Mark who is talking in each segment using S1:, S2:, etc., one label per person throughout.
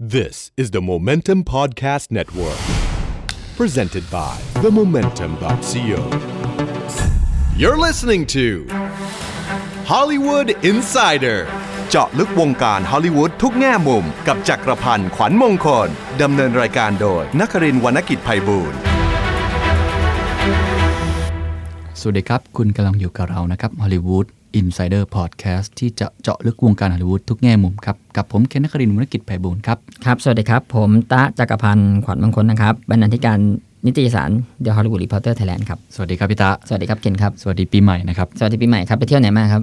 S1: This is the Momentum Podcast Network, presented by themomentum.co. You're listening to Hollywood Insider เจาะลึกวงการฮอลลีวูดทุกแง่มุม กับจักรพันธ์ขวัญมงคล ดำเนินรายการโดยนักรินทร์วรรณกิจไพบูลย์
S2: สวัสดีครับ คุณกำลังอยู่กับเรานะครับ Hollywood Insider Podcast ที่จะเจาะลึกวงการฮอลลีวูดทุกแง่มุมครับ กับผมเคนนักรินทร์วรรณกิจไพบูลย์ครับ
S3: ครับ สวัสดีครับ ผมตะจักรพันธ์ขวัญมงคลนะครับ บรรณาธิการนิตยสารเดอะฮอลลีวูดรีพอร์เตอร์ไทยแลนด์ครับ
S2: สวัสดีครับพี่ตา
S3: สวัสดีครับเคนครับ
S2: สวัสดีปีใหม่นะครับ
S3: สวัสดีปีใหม่ครับ ไปเที่ยวไหนมาครับ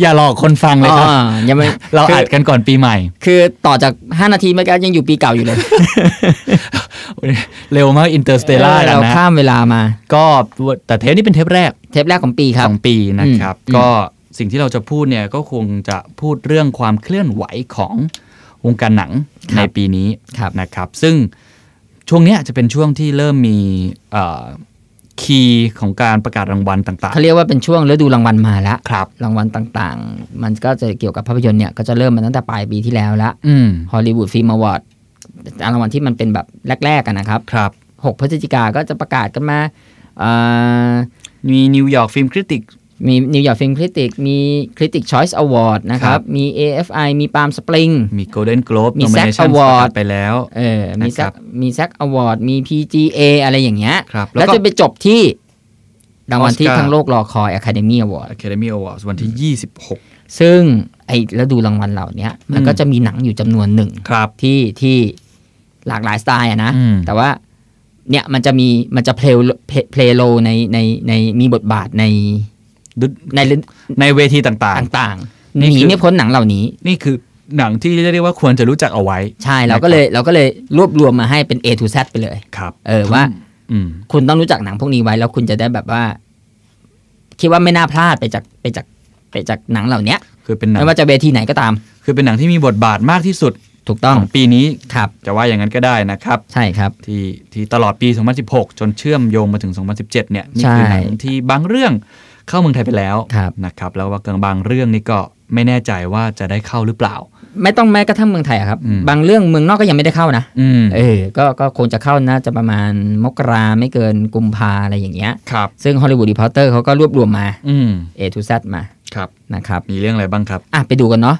S2: อย่า หลอกคนฟังเลยครับ
S3: อ๋อยังไม่
S2: เรา
S3: คื
S2: อัดกันก่อนปีใหม่
S3: คือต่อจาก 5 นาทีเมื่อกี้ยังอยู่ปีเก่าอยู่เลย
S2: เร็วมากอินเตอร์สเตล่า
S3: ออ
S2: กัน
S3: เรา
S2: นะ
S3: ข้ามเวลามา
S2: ก็แต่เทปนี้เป็นเทปแรก
S3: เทปแรกของปีครับ
S2: สองปีนะครับ
S3: อืม
S2: ก็สิ่งที่เราจะพูดเนี่ยก็คงจะพูดเรื่องความเคลื่อนไหวของวงการหนังในปีนี้นะครับ ซึ่งช่วงเนี้ยจะเป็นช่วงที่เริ่มมีคีย์ของการประกาศรางวัลต่าง
S3: เขาเรียกว่าเป็นช่วงฤดูรางวัลมาละ
S2: ๆ ครับ
S3: รางวัลต่างๆ มันก็จะเกี่ยวกับภาพยนตร์เนี่ยก็จะเริ่มมาตั้งแต่ปลายปีที่แล้วละ
S2: อืม
S3: ฮอลลีวูดฟิล์มอวอร์ดรางวัลที่มันเป็นแบบแรกๆกันนะครับ
S2: ครับ
S3: 6 พฤศจิกาก็จะประกาศกันมาเอ่อ
S2: มีนิวยอร์กฟิล์มคริติก
S3: มีนิวยอร์กฟิล์มคริติกมี Critic Choice Award นะค
S2: ครั
S3: รับ
S2: บ
S3: มี AFI มี Palm Spring
S2: มีโกลเด้นโกลบ
S3: มี SAG Award
S2: ไปแล้ว
S3: เออมี
S2: นะ
S3: แซ
S2: ครับ
S3: กมีแซกอวอร์ดมี PGA อะไรอย่างเงี้ย
S2: ครับแล้
S3: แล้ว ว
S2: ก็
S3: จะไปจบที่ รางวัลที่
S2: Oscar
S3: ทั้งโลกรอคอย Academy Award
S2: Academy Awards วันที่ 26
S3: ซึ่งไอ้แล้วดูรางวัลเหล่าเนี้ยมัน
S2: อืม
S3: ก็จะมีหนังอยู่จำนวนหนึ่ง
S2: ครับ
S3: ที่ที่หลากหลายสไตล์อะนะ
S2: อืม
S3: แต่ว่าเนี่ยมันจะมีมันจะเพลย์เพลย์โลในในในมีบทบาทในในฤดู
S2: ในเวทีต่าง
S3: ต่างๆห
S2: นี่
S3: นี
S2: คือ
S3: ไม่พ้นหนังเหล่านี้
S2: ๆ นี่คือหนังที่เรียกว่าควรจะรู้จักเอาไว้
S3: ใช่เราก็เลยเราก็เลยรวบรวมมาให้เป็น A to Z ไปเลย
S2: ครับ
S3: เออว่า
S2: อืม
S3: คุณต้องรู้จักหนังพวกนี้ไว้แล้วคุณจะได้แบบว่า คิดว่าไม่น่าพลาดไปจากไปจากไปจากหนังเหล่าเนี้ย
S2: คือเป็นหนัง
S3: ไม่ว่าจะเวทีไหนก็ตาม
S2: คือเป็นหนังที่มีบทบาทมากที่สุด
S3: ถูกต้อง
S2: ของปีนี้
S3: ครับ
S2: จะว่าอย่างนั้นก็ได้นะครับ
S3: ใช่ครับ
S2: ที่ที่ตลอดปี 2016 จนเชื่อมโยงมาถึง 2017 เนี่ยนี่คือ
S3: ใช่
S2: หนังที่บางเรื่องเข้าเมืองไทยไปแล้ว
S3: ครับ
S2: นะครับแล้วว่าบางเรื่องนี่ก็ไม่แน่ใจว่าจะได้เข้าหรือเปล่า
S3: ไม่ต้องแม้กระทั่งเมืองไทยอะครับ
S2: อืม
S3: บางเรื่องเมืองนอกก็ยังไม่ได้เข้านะ
S2: อืม
S3: เออก็ก็คงจะเข้าน่าจะประมาณมกราไม่เกินกุมภาอะไรอย่างเงี้ย
S2: ครับ
S3: ซึ่งฮอลลีวูดรีพอร์เตอร์เขาก็รวบรวมมา
S2: อืม
S3: A to Z มา
S2: ครับ
S3: นะครับ
S2: มีเรื่องอะไรบ้างครับ
S3: อ่ะไปดูกันเนาะ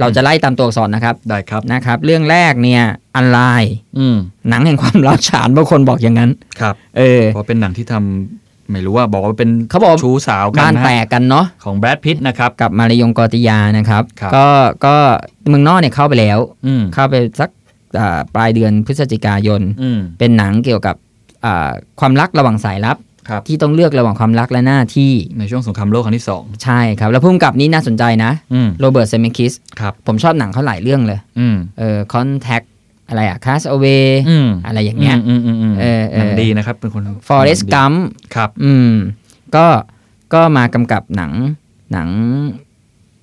S3: เราจะไล่ตามตัวอักษรนะครับ
S2: ได้ครับ
S3: นะครับเรื่องแรกเนี่ยออนไลน์
S2: อืม
S3: หนังแห่งความร้อนฉานบางคนบอกอย่างนั้น
S2: ครับ
S3: เออ
S2: เพราะเป็นหนังที่ทำไม่รู้ว่าบอกว่าเป็น
S3: เขาบอก
S2: ชู้สาวกั
S3: บ้าน
S2: นะ
S3: แตกกันเนาะ
S2: ของแบรดพิตต์นะครับ
S3: กับมารยงกอติยานะครับ
S2: ครับ
S3: ก็ก็เมืองนอกเนี่ยเข้าไปแล้ว
S2: อืม
S3: เข้าไปสักอ่าปลายเดือนพฤศจิกายน
S2: อืม
S3: เป็นหนังเกี่ยวกับอ่าความรักระหว่างสายลับ
S2: ครับ
S3: ที่ต้องเลือกระหว่างความรักและหน้าที่
S2: ในช่วงสงครามโลกครั้งที่สอง
S3: ใช่ครับ แล้วพุ่มกับนี้น่าสนใจนะ
S2: อืม
S3: โรเบิร์ตเซมิคิส
S2: ครับ
S3: ผมชอบหนังเขาหลายเรื่องเลย
S2: อืม
S3: เออคอนแทคอะไรอะคาสเอเว
S2: อืม
S3: อะไรอย่างเงี้ย
S2: อืมอืมอืม
S3: เออเออ
S2: หนังดีนะครับ เป็นคน
S3: ฟอเรสกัม
S2: ครับ
S3: อืมก็ก็มากำกับหนังหนัง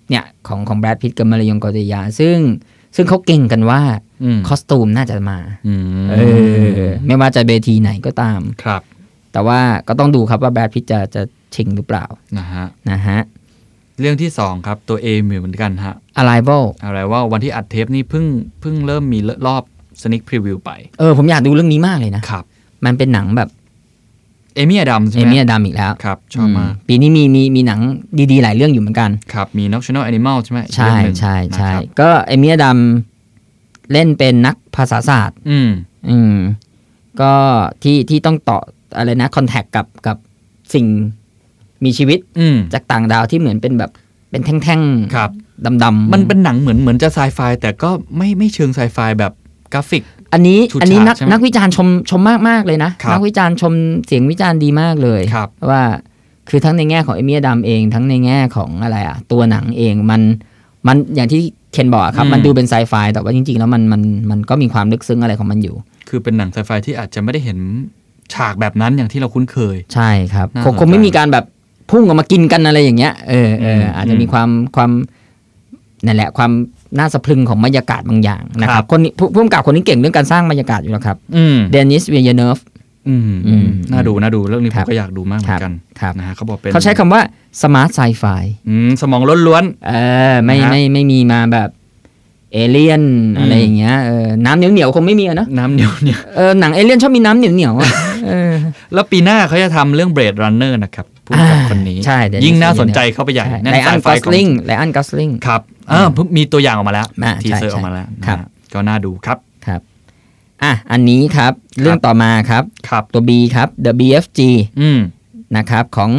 S3: เนี่ยของของแบรดพิตกับมารยงกอตยา ซึ่งซึ่งเขาเก่งกันว่า
S2: อืม
S3: คอสตูมน่าจะมา
S2: อืม
S3: เออไม่ว่าจะเบทีไหนก็ตาม
S2: ครับ
S3: แต่ว่าก็ต้องดูครับว่าแบรดพิตจะจะชิงหรือเปล่า
S2: นะฮะ
S3: นะฮะ
S2: เรื่องที่สองครับตัว A เหมือนกันฮะ
S3: Arrival
S2: อะไรว่าวันที่อัดเทปนี่เพิ่งเพิ่งเริ่มมีรอบสนิ p พรีวิวไป
S3: เออผมอยากดูเรื่องนี้มากเลยนะ
S2: ครับ
S3: มันเป็นหนังแบบ
S2: เอมี่อดัมใช่
S3: เอ
S2: ไหม
S3: เมียดามอีกแล้ว
S2: ครับ ชอบมาก
S3: ปีนี้มีมีมีหนังดีๆ หลายเรื่องอยู่เหมือนกัน
S2: ครับมี National Animal ใช่ไหม
S3: ใช่
S2: อีกเรื่องหนึ่ง
S3: ใช่ใช่
S2: นะครับ
S3: ก็เอเมียดามเล่นเป็นนักภาษาศาสตร์
S2: อืม
S3: อืมก็ที่ที่ต้องต่ออะไรนะคอนแทคกับกับสิ่งมีชีวิต
S2: อืม
S3: จากต่างดาวที่เหมือนเป็นแบบเป็นแท่ง
S2: ครับ
S3: ๆดำๆ
S2: มันเป็นหนังเหมือนเหมือนจะไซไฟแต่ก็ไม่ไม่เชิงไซไฟแบบกราฟิก
S3: อันนี้
S2: ฉูด
S3: อันนี้นัก
S2: ฉาดใช่ไหม
S3: นักวิจารณ์ชมชมมากมากๆเลยนะ
S2: ครับ
S3: นักวิจารณ์ชมเสียงวิจารณ์ดีมากเลย
S2: ครับ
S3: ว่าคือทั้งในแง่ของเอเมียดามเอง ทั้งในแง่ของอะไรอะตัวหนังเองมันมันอย่างที่เคนบอกอะครับ
S2: อืม
S3: มันดูเป็นไซไฟแต่ว่าจริง ๆ แล้วมันมันมันก็มีความลึกซึ้งอะไรของมันอยู่
S2: คือเป็นหนังไซไฟที่อาจจะไม่ได้เห็นฉากแบบนั้นอย่างที่เราคุ้นเคย
S3: ใช่ครับ
S2: น่า
S3: ค
S2: สน
S3: ง
S2: ใจ
S3: คงไม่มีการแบบพุ่งออกมากินกันอะไรอย่างเงี้ยเออเออ
S2: ม
S3: ออาจจะมี
S2: อืม
S3: ความความนั่นแหละความน่าสะพรึงของบรรยากาศบางอย่างนะค
S2: ครั
S3: รับบ คนนี้ผู้ผู้กำกับคนนี้เก่งเรื่องการสร้างบรรยากาศอยู่แล้วครับ
S2: อืม
S3: เดนิสเวียเนฟ
S2: อืม
S3: อืม
S2: น่าดูน่าดูเรื่องนี้ผ
S3: ครั
S2: ม
S3: บ
S2: ก็อยากดูมากเหมือนกัน
S3: ครับ
S2: นะฮะเขาบอกเป็น
S3: เขาใช้คำว่าสมาร์ทไซไฟ
S2: อืมสมองล้วน
S3: เออไม่
S2: นะฮะ
S3: ไม่ไม่มีมาแบบ เอเลี่ยน
S2: อืม
S3: อะไรอย่างเงี้ยเออน้ำเหนียวเหนียวๆคงไม่มีอะเนาะ
S2: น้ำเหนียวเนี่ย
S3: เออหนังเอเลี่ยนชอบมีน้ำเหนียวเหนียวๆอะเออ
S2: แล้วปีหน้าเขาจะทำเรื่อง Blade Runner นะครับผู้กำกับคนนี้
S3: อ่าใช่เดี๋ยว
S2: ยิ่งน่า
S3: จะเห็น
S2: สนใจเข้าไปใหญ่
S3: ไลออน
S2: ไฟ
S3: กอส
S2: ของ
S3: ลิงไลออนกอสลิง
S2: ครับอ่าเพิ่งมีตัวอย่างออกมาแล้ว
S3: อ่า
S2: ทีเซอร์
S3: ใช่
S2: ออกมาแล้ว
S3: ครับ
S2: นะฮะก็น่าดูครับ
S3: ครับอ่ะอันนี้ครับเรื่องต่อมาครับ
S2: ครับ
S3: ตัว B ครับ The BFG
S2: อืม
S3: นะครับของ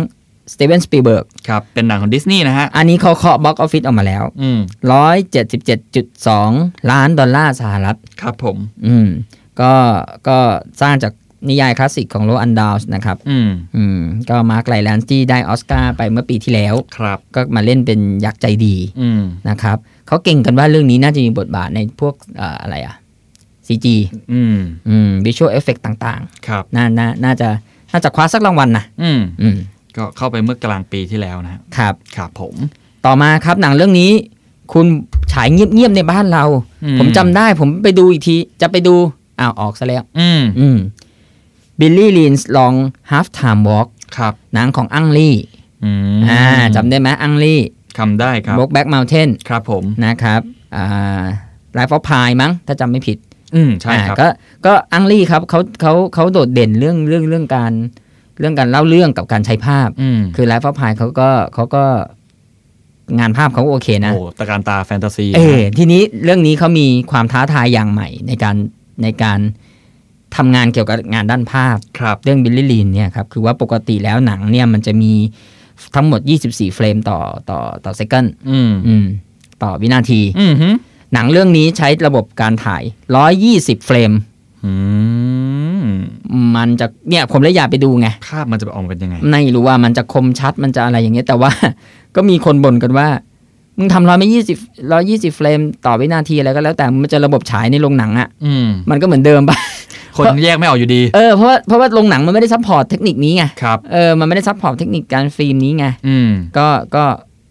S3: Steven Spielberg
S2: ครับ เป็นหนังของดิสนีย์นะฮะ
S3: อันนี้เขาเคาะบ็อกออฟฟิศออกมาแล้ว
S2: อืม
S3: 177.2 ล้านดอลลาร์สหรัฐ
S2: ครับผม
S3: อืม ก็ก็สร้างจากนิยายคลาสสิกของโรอันดาวส์นะครับ
S2: อืม
S3: อืม ก็มาร์คไลแลนด์ที่ได้ออสการ์ไปเมื่อปีที่แล้ว
S2: ครับ
S3: ก็มาเล่นเป็นยักษ์ใจดี
S2: อืม
S3: นะครับ เขาเก่งกันว่าเรื่องนี้น่าจะมีบทบาทในพวกเอ่ออะไรอะ CG
S2: อืม
S3: อืม Visual Effect ต่าง
S2: ครับ
S3: ๆ น่าน่าน่าจะน่าจะคว้าสักรางวัลนะ
S2: อืม
S3: อืม
S2: ก็เข้าไปเมื่อกลางปีที่แล้วนะฮะ
S3: ครับ
S2: ครับผม
S3: ต่อมาครับหนังเรื่องนี้ คุณฉายเงียบๆในบ้านเรา
S2: อืม
S3: ผมจำได้ผมไปดูอีกที จะไปดูอ้าวออกซะแล้ว
S2: อืม
S3: อืมบิลลี่ลีนส์ลอง half time walk
S2: ครับ
S3: หนังของอังลี่
S2: อืม
S3: อ่าจำได้ไหมอังลี่
S2: คำได้ครับ
S3: Brokeback Mountain
S2: ครับผม
S3: นะครับอ่า Life of Pi มั้ง ถ้าจำไม่ผิด
S2: อืม ใช่ครับ
S3: อ่าก็ก็อังลี่ครับเขาเขาเขาโดดเด่นเรื่องเรื่องเรื่องการเรื่องการเล่าเรื่องกับการใช้ภาพ
S2: อืม
S3: คือ Life of Pi เขาก็เขาก็งานภาพเขาโอเคนะ
S2: โอ้ตะการตาแฟนตาซี
S3: เออทีนี้เรื่องนี้เขามีความท้าทายอย่างใหม่ในการในการทำงานเกี่ยวกับงานด้านภาพ
S2: ครับ
S3: เรื่องบิลลี่ลีนเนี่ยครับคือว่าปกติแล้วหนังเนี่ยมันจะมีทั้งหมด 24 เฟรมต่อต่อต่อเซคัน
S2: อืม
S3: ต่อวินาที
S2: อืมฮึ
S3: หนังเรื่องนี้ใช้ระบบการถ่าย 120 เฟรม
S2: อืม
S3: มันจะเนี่ยผมเลยอยากไปดูไง
S2: ภาพมันจะออกมาเป็นยังไง
S3: ไม่รู้ว่ามันจะคมชัดมันจะอะไรอย่างเงี้ยแต่ว่า ก็มีคนบ่นกันว่า มึงทำร้อยไม่ยี่สิบร้อยี่สิบเฟรมต่อวินาทีอะไรก็แล้วแต่มันจะระบบฉายในโรงหนังอะ่ะ
S2: อืม
S3: มันก็เหมือนเดิมปะ
S2: คนแยกไม่ออกอยู่ดี
S3: เออเพราะว่าเพราะว่าโรงหนังมันไม่ได้ซัพพอร์ตเทคนิคนี้ไง
S2: ครับ
S3: เออมันไม่ได้ซัพพอร์ตเทคนิคการฟิล์มนี้ไง
S2: อืม
S3: ก็ก็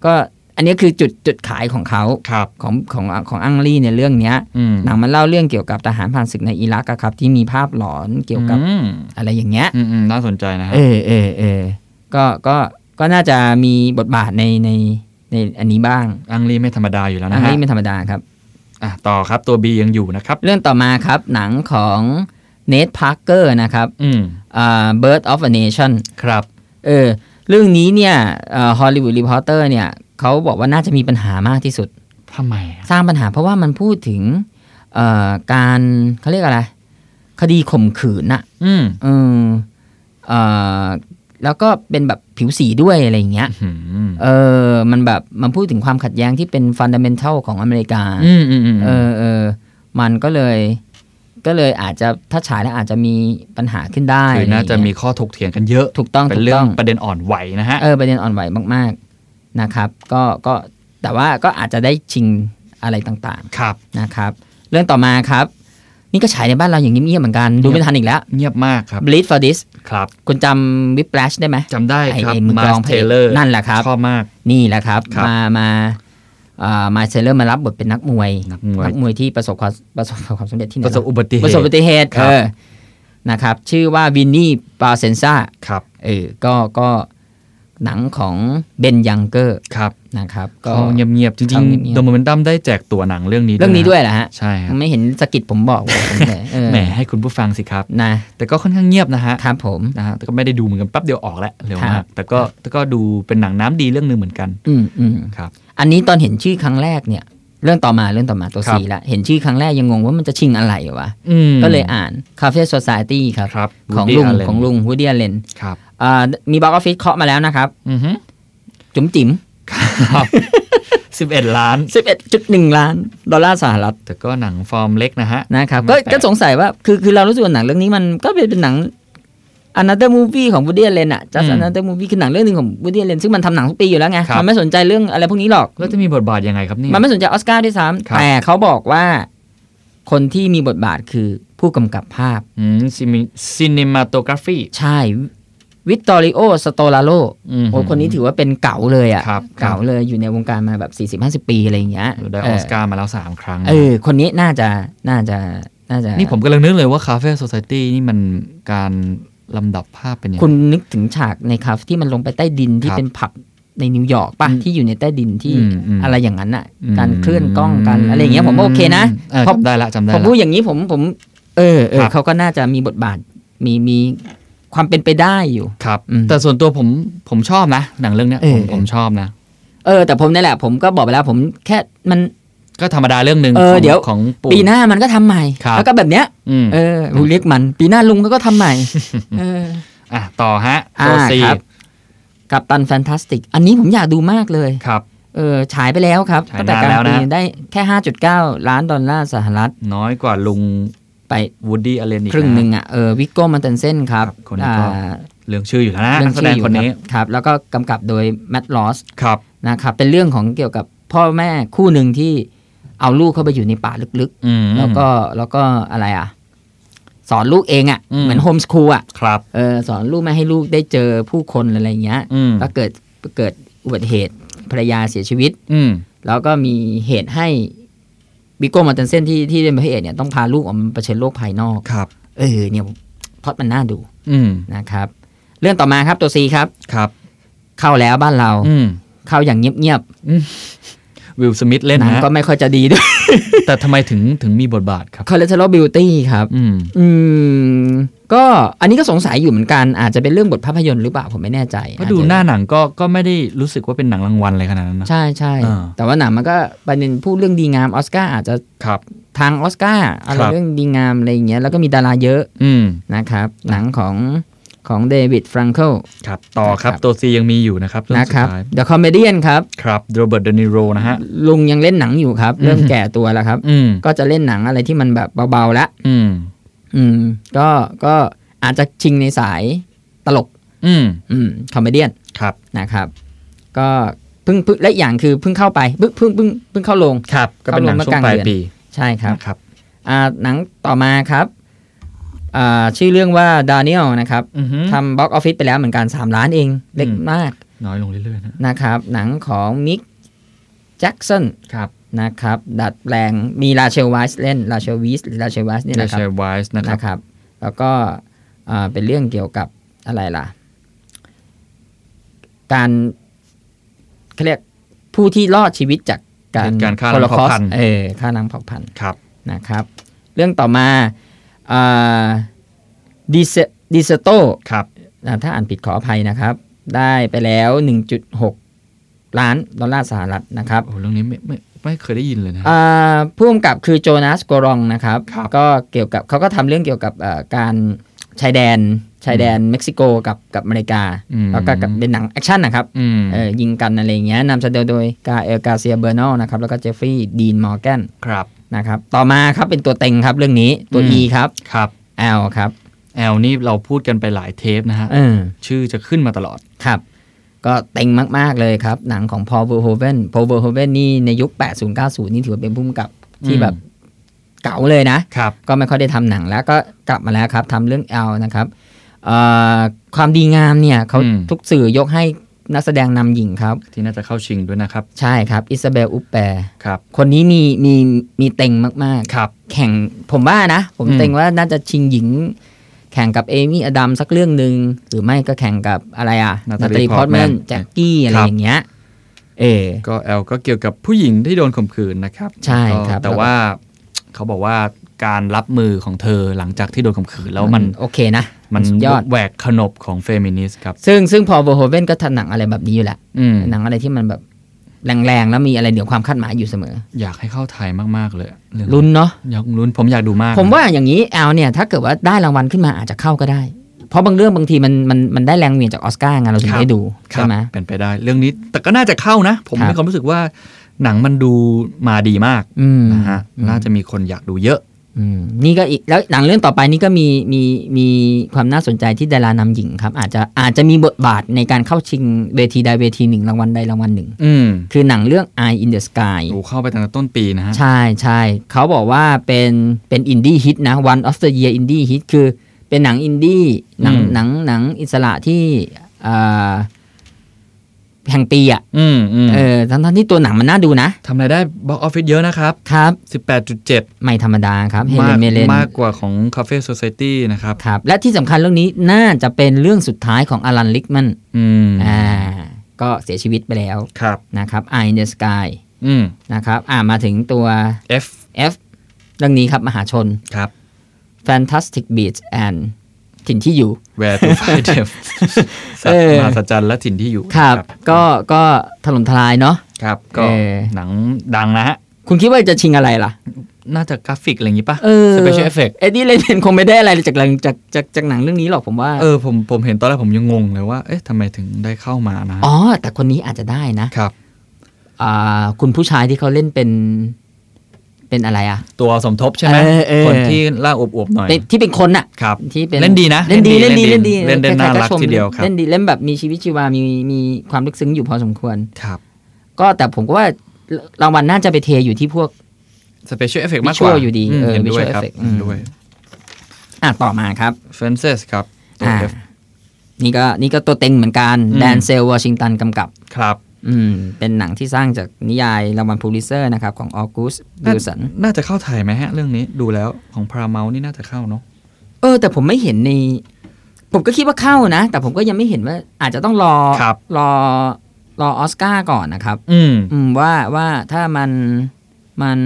S3: ก็อันนี้คือจุดจุดขายของเขา
S2: ครับ
S3: ของของของอังลี่ในเรื่องเนี้ย
S2: อืม
S3: หนังมันเล่าเรื่องเกี่ยวกับทหารผ่านศึกในอิรักอะครับ ที่มีภาพหลอนเกี่ยวกับ
S2: อืม
S3: อะไรอย่างเงี้ย
S2: อืมอืมน่าสนใจนะฮะ
S3: เออเออเออก็ก็ก็น่าจะมีบทบาทในในในอันนี้บ้าง
S2: อังลีไม่ธรรมดาอยู่แล้ว
S3: อั
S2: นะ
S3: ง
S2: ฮะ
S3: ลี่ไม่ธรรมดาครับ
S2: อ่ะต่อครับตัว B ยังอยู่นะครับ
S3: เรื่องต่อมาครับหนังของเนทพาร์เกอร์นะครับ
S2: อืม
S3: อ่า Bird of a Nation
S2: ครับ
S3: เออเรื่องนี้เนี่ยฮอลลีวูดรีพอร์เตอร์เนี่ยเขาบอกว่าน่าจะมีปัญหามากที่สุด
S2: ทำไมอะ
S3: สร้างปัญหาเพราะว่ามันพูดถึงเอ่อการเขาเรียกอะไร คดีข่มขืนน่ะ
S2: อืม
S3: เออเอ่อแล้วก็เป็นแบบผิวสีด้วยอะไรอย่างเงี้ย
S2: อืม
S3: เออมันแบบมันพูดถึงความขัดแย้งที่เป็นฟันดัมเ e นทัลของอเมริกา
S2: อืมอืมอืม
S3: เออเออมันก็เลยก็เลยอาจจะถ้าฉายแล้วอาจจะมีปัญหาขึ้นได้
S2: คือน่าจะมี
S3: อไรอย่งเงี้
S2: ข้อถกเถียงกันเยอะ
S3: ยถูกต้อง
S2: เป็
S3: ถู
S2: น
S3: ก
S2: เรื่อ
S3: ต้
S2: ง
S3: อง
S2: ประเด็นอ่อนไหวนะฮะ
S3: เออประเด็นอ่อนไหวมาก ๆ นะครับ ก็ก็แต่ว่าก็อาจจะได้ชิงอะไรต่าง
S2: ครับ
S3: ๆนะครับ เรื่องต่อมาครับ นี่ก็ฉายในบ้านเราอย่างเงียบๆเหมือนกัน ดูไม่ทันอีกแล้ว
S2: เงียบมากครับ
S3: Bleed for this
S2: ครับ
S3: คุณจำ Whiplash ได้ไหม
S2: จำได้
S3: ไอ้
S2: ครับ
S3: ไอ้มือกลอง
S2: เท
S3: พะก
S2: เลอร์
S3: นั่นแหละครับ
S2: ชอบมาก
S3: นี่แหละครับ
S2: ครับ
S3: มามาเอ่อมาเทเลอร์มารับบทเป็นนักมวย
S2: นักมวย
S3: ที่ประสบความประสบความสำเร็จที่ไหน
S2: ประสบอุบัติเห
S3: ประสบอุบั
S2: ตุ
S3: ติเหตุ
S2: ครั
S3: เอบ อนะครับ ชื่อว่าวินนี่ปาเซนซ่า
S2: ครับ
S3: เออ ก็ ก็หนังของเบนยังเกอร์
S2: ครับ
S3: นะครับ ก็
S2: ก็เงียบๆจริ
S3: เขา
S2: ง
S3: เงี
S2: ๆ
S3: ยบๆ
S2: โดมเมนตัมได้แจกตั๋วหนังเรื่องนี้
S3: เรื่องนี้ด้วย
S2: ะ
S3: เหรอฮะ
S2: ใช่ครับ
S3: ไม่เห็นสะกิดผมบอกว่าผมเลยเออ
S2: แหมให้คุณผู้ฟังสิครับ
S3: นะ
S2: แต่ก็ค่อนข้างเงียบนะฮะ
S3: ครับผม
S2: นะฮะแต่ก็ไม่ได้ดูเหมือนกันแป๊บเดียวออกแล้วเร็ว
S3: ครั
S2: มาก
S3: บ
S2: แต่ก็แต่ก็ดูเป็นหนังน้ำดีเรื่องหนึ่งเหมือนกัน
S3: อืมอืม
S2: ครับ
S3: อันนี้ตอนเห็นชื่อครั้งแรกเนี่ย เรื่องต่อมาเรื่องต่อมาตัว
S2: ครับ
S3: สีละ เห็นชื่อครั้งแรกยังงงว่ามันจะชิงอะไรวะ
S2: อืม
S3: ก็เลยอ่าน Cafe Society ครับ
S2: ครับ
S3: ของ
S2: Woody
S3: ลุง
S2: Allen
S3: ของลุง Woody Allen
S2: ครับ
S3: อ่ามีบ็อกออฟฟิศเคาะมาแล้วนะครับ
S2: อือฮึ
S3: จุ๋มจิ๋ม
S2: ครับ สิบเอ็ดล้าน
S3: 11.1 ล้าน ดอลลาร์สหรัฐ
S2: แต่ก็หนังฟอร์มเล็กนะฮะ
S3: นะครับ
S2: ไม่
S3: ก็
S2: แปลก
S3: ก็สงสัยว่าคือคือเรารู้สึกว่าหนังเรื่องนี้มันก็เป็นเป็นหนัง another movie ของ Woody Allen อะ just another movie คือหนังเรื่องหนึ่งของ Woody Allen ซึ่งมันทำหนังทุกปีอยู่แล้วไง
S2: ครับ
S3: มันไม่สนใจเรื่องอะไรพวกนี้หรอก
S2: แล้วจะมีบทบาทยังไงครับเนี่ย
S3: มันไม่สนใจออสการ์ด้วยซ้
S2: ครั
S3: ำ
S2: บ
S3: แต่เขาบอกว่าคนที่มีบทบาทคือผู้กำกับภาพ
S2: อืมซินิมาโตกราฟี
S3: ใช่วิตตอริโอสโตลาโล
S2: อืม
S3: โอ้คนนี้ถือว่าเป็นเก่าเลยอะ
S2: ครับครับ
S3: เก่าเลยอยู่ในวงการมาแบบ40-50 ปีอะไรอย่างเงี้ย
S2: ได้ออสการ์มาแล้ว 3 ครั้ง
S3: เออคนนี้น่าจะน่าจะน่าจะ
S2: นี่ผมกำลังนึกเลยว่าคาเฟ่ o c i ตี้นี่มันการลำดับภาพเป็นยังไง
S3: คุณนึกถึงฉากในคาเฟที่มันลงไปใต้ดินที่
S2: ครับ
S3: เป็นผับ ในนิวยอร์กป่ะ
S2: อืม
S3: ที่อยู่ในใต้ดินที่
S2: อืมอืม
S3: อะไรอย่างนั้นอ่ะ
S2: อืม
S3: การเคลื่อนกล้องกันอะไรอย่างเงี้ยผมว่าโอเคนะ
S2: อ
S3: เพราะ
S2: จำได้ละจำได้
S3: ผม
S2: ละ
S3: พูดอย่างนี้ผมผม เออเอ
S2: ครั
S3: อบ เขาก็น่าจะมีบทบาทมีมีความเป็นไปได้อยู่
S2: ครับ
S3: อืม
S2: แต่ส่วนตัวผมผมชอบนะ หนังเรื่องเนี้ย
S3: เอ
S2: ผม
S3: อ
S2: ผมชอบนะ
S3: เออ แต่ผมนี่แหละผมก็บอกไปแล้วผมแค่มัน
S2: ก็ธรรมดาเรื่องหนึ่ง
S3: เอ
S2: ข
S3: อ
S2: อง
S3: เดี๋ยว
S2: ของปู่
S3: ปีหน้ามันก็ทำใหม่
S2: ครับ
S3: แล้วก็แบบเนี้ย
S2: อืม
S3: เออผมเรียกมัน ปีหน้าลุงก็ก็ทำใหม่ เออ
S2: อ่ะต่อฮะ
S3: อ่า
S2: ตัวซี
S3: ครับ กับตันแฟนตาสติก อันนี้ผมอยากดูมากเลย
S2: ครับ
S3: เออฉายไปแล้วครับ
S2: ฉาย
S3: ตั้งแต่
S2: นาน
S3: กลาง
S2: แล้วนะ
S3: ปีได้แค่ 5.9 ล้านดอลลาร์สหรัฐ
S2: น้อยกว่าลุง
S3: ไป
S2: วูดดี้อเลนอีก
S3: ครึ่ง
S2: นะ
S3: หนึ่งอ่ะเออวิกโก้มันเตนเซนครับ
S2: ครับคนนี้ก็ เรื่องชื่ออยู่แล้วนะนั
S3: เรื่อก ง
S2: แสด
S3: ชื่อง อยู่
S2: คนนี้
S3: รับครับ แล้วก็กำกับโดยแมตต์ลอส
S2: ครับ
S3: นะครับ เป็นเรื่องของเกี่ยวกับพ่อแม่คู่หนึ่งที่เอาลูกเข้าไปอยู่ในป่าลึก
S2: อืม
S3: ๆ แล้วก็แล้วก็อะไรอ่ะ สอนลูกเองอ่ะ
S2: อืม
S3: เหมือนโฮมสคูลอ่ะ
S2: ครับ
S3: เออสอนลูกไม่ให้ลูกได้เจอผู้คนอะไรอย่างเงี้ย
S2: อืม
S3: แล้วเกิดเกิดอุบัติเหตุภรรยาเสียชีวิต
S2: อืม
S3: แล้วก็มีเหตุให้บิโก้มาร์เตนเซนที่ที่เป็นพระเอกเนี่ยต้องพาลูกออกมาเผชิญโลกภายนอก
S2: ครับ
S3: เออเนี่ยพล็อดมันน่าดู
S2: อืม
S3: นะครับ เรื่องต่อมาครับตัวซีครับ
S2: ครับ
S3: เข้าแล้วบ้านเรา
S2: อืม
S3: เข้าอย่างเงียบ
S2: วิลสมิธเล่น
S3: ๆหนัง
S2: นะ
S3: ก็ไม่ค่อยจะดีด้วย
S2: แต่ทำไมถึงถึงมีบทบาทครับ
S3: คอเลสเตอรอลบิวตี้ครับ
S2: อืม
S3: อืม ก็อันนี้ก็สงสัยอยู่เหมือนกัน อาจจะเป็นเรื่องบทภาพยนตร์หรือเปล่าผมไม่แน่ใจ
S2: เพราะดู
S3: อจจะ
S2: หน้าหนังก็ก็ไม่ได้รู้สึกว่าเป็นหนังรางวัลอะไรขนาดนั้นนะ
S3: ใช่ใช่
S2: อ่า
S3: แต่ว่าหนังมันก็ประเด็นพูดเรื่องดีงามออสการ์อาจจะ
S2: ครับ
S3: ทางออสการ์อะไร
S2: ครับ
S3: เรื่องดีงามอะไรอย่างเงี้ยแล้วก็มีดาราเยอะ
S2: อืม
S3: นะครับ หนังของของเดวิดฟรังเคิล
S2: ครับ ต่อครับ
S3: ครับ
S2: ตัวซียังมีอยู่นะครับเรื่อง
S3: นะ
S2: สุ
S3: ค
S2: ด
S3: รับ
S2: ท้าย
S3: เดอะคอมเมดี้ครับ
S2: ครับโรเบิร์ตเดนิโรนะฮะ
S3: ลุงยังเล่นหนังอยู่ครับ เริ่ม
S2: อืม
S3: แก่ตัวแล้วครับ
S2: อืม
S3: ก็จะเล่นหนังอะไรที่มันแบบเบาๆละ
S2: อืม
S3: อืม ก็ก็อาจจะชิงในสายตลก
S2: อืม
S3: อืมคอมเมดี้
S2: ครับ
S3: นะครับ ก็เพิ่งเพิ่งและอีกอย่างคือเพิ่งเข้าไปเพิ่งเพิ่งเพิ่งเพิ่งเข้าลง
S2: ครับ ก็เป็นหนังช่วงปลายปี
S3: ใช่ครับ
S2: นะครับ
S3: อ่าหนังต่อมาครับอ่าชื่อเรื่องว่าดานิเอลนะครับ
S2: อือฮึ
S3: ทำบ็อกออฟฟิศไปแล้วเหมือนกัน 3 ล้านเองเล็ก
S2: อืม
S3: มาก
S2: น้อยลงเรื่อยๆนะ
S3: นะครับ หนังของมิกแจ็กสัน
S2: ครับ
S3: นะครับ ดัดแปลงมีลาเชลไวส์เล่นลาเชลวีสหรือลาเชลไวส์นี่
S2: เด
S3: แหละค
S2: ช
S3: รับ
S2: ไวส์นะครับ
S3: นะครับ แล้วก็อ่าเป็นเรื่องเกี่ยวกับอะไรล่ะ การเขาเรียกผู้ที่รอดชีวิตจากการ
S2: เหตุการณ์ฆ่าล้าง
S3: โฮโลคอส
S2: เผ่าพันธุ์
S3: เออฆ่าล้างเผ่าพันธุ
S2: ครับ
S3: นะครับ เรื่องต่อมาดิเซดิเซโต
S2: ครับ
S3: ถ้าอ่านผิดขออภัยนะครับ ได้ไปแล้ว 1.6 ล้านดอลลาร์สหรัฐนะครับ
S2: โอ้เรื่องนี้ไม่ไม่ไม่เคยได้ยินเลยนะ
S3: อ่าผู้กำกับคือโจนาสโกรองนะครับ
S2: ครับ
S3: ก็เกี่ยวกับเขาก็ทำเรื่องเกี่ยวกับเอ่อการชายแดนชายแดนเม็กซิโกกับกับอเมริกา
S2: อืม
S3: แล้วก็กับเป็นหนังแอคชั่นนะครับ
S2: อืม
S3: เออยิงกันอะไรอย่างเงี้ยนำแสดงโดยกาเอลกาเซียเบอร์นอลนะครับ แล้วก็เจฟฟรีย์ดีนมอร์แกน
S2: ครับ
S3: นะครับ ต่อมาครับเป็นตัวเต็งครับเรื่องนี้ตัว
S2: อืม
S3: E ครับ
S2: ครับ
S3: L ครับ
S2: แอลนี่เราพูดกันไปหลายเทปนะฮะ
S3: เออ
S2: ชื่อจะขึ้นมาตลอด
S3: ครับ ก็เต็งมาก ๆ เลยครับ หนังของ Paul Verhoeven Paul Verhoeven นี่ในยุค 80-90 นี่ถือว่าเป็นผู้กำกับที่
S2: อืม
S3: แบบเก๋าเลยนะ
S2: ครับ
S3: ก็ไม่ค่อยได้ทำหนังแล้วก็กลับมาแล้วครับทำเรื่อง L นะครับเอ่อความดีงามเนี่ยเขา
S2: อืม
S3: ทุกสื่อยกให้นักแสดงนำหญิงครับ
S2: ที่น่าจะเข้าชิงด้วยนะครับ
S3: ใช่ครับอิซาเบลอุปแปร
S2: ครับ
S3: คนนี้มีมีมีเต็งมาก ๆ
S2: ครับ
S3: แข่งผมว่านะ ผม
S2: อืม
S3: เต็งว่าน่าจะชิงหญิง แข่งกับเอมี่อดัมสักเรื่องหนึ่งหรือไม่ก็แข่งกับอะไรอ่ะ
S2: Natalie
S3: นาตาลีพอตแม
S2: Portman
S3: นแจ็คกี้อะไรอย่างเงี้ย เออ
S2: ก็แอลก็เกี่ยวกับผู้หญิงที่โดนข่มขืนนะครับ
S3: ใช่ครับ
S2: ก็แต่ว่าเขาบอกว่าการรับมือของเธอหลังจากที่โดนข่มขืนแล้วมัน
S3: โอเคนะ
S2: มัน
S3: สุดยอด
S2: แหวกขนบของเฟมินิสต์ครับ
S3: ซึ่งซึ่งพอโบโฮเวนก็ทำหนังอะไรแบบนี้อยู่แหละ
S2: อืม
S3: หนังอะไรที่มันแบบแรงๆ แล้วมีอะไรเหนือความคาดหมายอยู่เสมอ
S2: อยากให้เข้าไทยมาก ๆ เลยเรื่อง
S3: ลุ้นเนาะ
S2: อยากลุ้นผมอยากดูมาก
S3: ผมว่าอย่างนี้แอลเนี่ย ถ้าเกิดว่าได้รางวัลขึ้นมาอาจจะเข้าก็ได้ เพราะบางเรื่องบางทีมันมันมันได้แรงเหวียงจากออสการ์ไงเราถึงได้ดู
S2: ครั
S3: ใช่
S2: บ
S3: ไหม
S2: เป็นไปได้ เรื่องนี้แต่ก็น่าจะเข้านะ ผม
S3: ครับ
S2: มีความรู้สึกว่าหนังมันดูมาดีมาก
S3: อืม
S2: นะฮะน่าจะมีคนอยากดูเยอะ
S3: อืมนี่ก็อีกแล้วหนังเรื่องต่อไปนี่ก็มีมีมีความน่าสนใจที่ดารานำหญิงครับ อาจจะอาจจะมีบทบาทในการเข้าชิงเวทีใดเวทีหนึ่งรางวัลใดรางวัลหนึ่ง
S2: อืม
S3: คือหนังเรื่อง Eye in the Sky
S2: ดูเข้าไปตั้งแต่ต้นปีนะฮะ
S3: ใช่ใช่เขาบอกว่าเป็นเป็นอินดี้ฮิตนะ one of the year indie hit คือเป็นหนังอินดี้หนังหนังหนังอิสระที่อ่าแห่งปีอ่ะ
S2: อืมอืม
S3: เออทั้งทั้งที่ตัวหนังมันน่าดูนะ
S2: ทำรายได้บ็อกออฟฟิศเยอะนะครับ
S3: ครับ
S2: 18.7
S3: ไม่ธรรมดาครับเฮ
S2: มา
S3: เล
S2: ก
S3: นเมเลน
S2: มากกว่าของ Cafe Society นะครับ
S3: ครับและที่สำคัญเรื่องนี้น่าจะเป็นเรื่องสุดท้ายของอลันลิกมัน
S2: อืม
S3: อ่า ก็เสียชีวิตไปแล้ว
S2: ครับ
S3: นะครับ Eye in the Sky
S2: อืม
S3: นะครับอ่ามาถึงตัว
S2: F
S3: F เรื่องนี้ครับมหาชน
S2: ครับ
S3: Fantastic Beasts and ถิ่นที่อยู่
S2: Where to find them สัต
S3: เอ
S2: ว์
S3: อ
S2: มหัศจรรย์และถิ่นที่อยู่
S3: ครับ ก็ก็ถล่มทลายเนาะ
S2: ครับก็
S3: เออ
S2: หนังดังนะฮะ
S3: คุณคิดว่าจะชิงอะไรล่ะ
S2: น่าจะกราฟิกอะไรอย่างงี้ป่ะ
S3: เออ
S2: Special Effect
S3: เอ็ดดี้เลนคงไม่ได้อะไรจากหลังจากจากจากหนังเรื่องนี้หรอกผมว่า
S2: เออผมผมเห็นตอนแรกผมยังงงเลยว่า เอ๊ะทำไมถึงได้เข้ามานะฮะ
S3: อ๋อ แต่คนนี้อาจจะได้นะครับ อ่าคุณผู้ชายที่เขาเล่นเป็น เป็นอะไรอะ
S2: ตัวสมทบใช่ไหม
S3: เออเออ
S2: คนที่ล่าอวบๆหน่อย
S3: เป็นที่เป็นคนอะ
S2: ครับ
S3: ที่เป็น
S2: เล่นดีนะ
S3: เล่นดีเล่นดี
S2: เล่
S3: เล่
S2: น
S3: น
S2: ดี
S3: ดี
S2: เล่นได้
S3: ใคๆ
S2: น่ารัก
S3: ชม
S2: ทีเดียวครับ
S3: เล่นดีเล่นแบบมีชีวิตชีวามีมีความลึกซึ้งอยู่พอสมควร
S2: ครับ
S3: ก็แต่ผมก็ว่ารางวัลน่าจะไปเทอยู่ที่พวก
S2: สเปเชียลเอฟเฟกมากกว่า
S3: Visual อยู่ดี
S2: ม
S3: เออ
S2: เห็นด้วย
S3: Visual
S2: ครับ
S3: effect อืม
S2: เห็นด้วย
S3: อ่ะต่อมาครับ
S2: เฟนเซสครับตัว
S3: อ่า
S2: F
S3: นี่ก็นี่ก็ตัวเต็งเหมือนกัน
S2: อืม
S3: แดนเซลวอชิงตันกำกับ
S2: ครับ
S3: อืม เป็นหนังที่สร้างจากนิยายรางวัลพูลิเซอร์นะครับ ของออกูสบิลสัน
S2: น่าจะเข้าไทยไหมฮะ เรื่องนี้ดูแล้วของพาราเมลนี่น่าจะเข้าเนาะ
S3: เออ แต่ผมไม่เห็นใน ผมก็คิดว่าเข้านะ แต่ผมก็ยังไม่เห็นว่าอาจจะต้องรอรอรอออสการ์ก่อนนะครับ
S2: อืม
S3: อืมว่าว่าถ้ามันมัน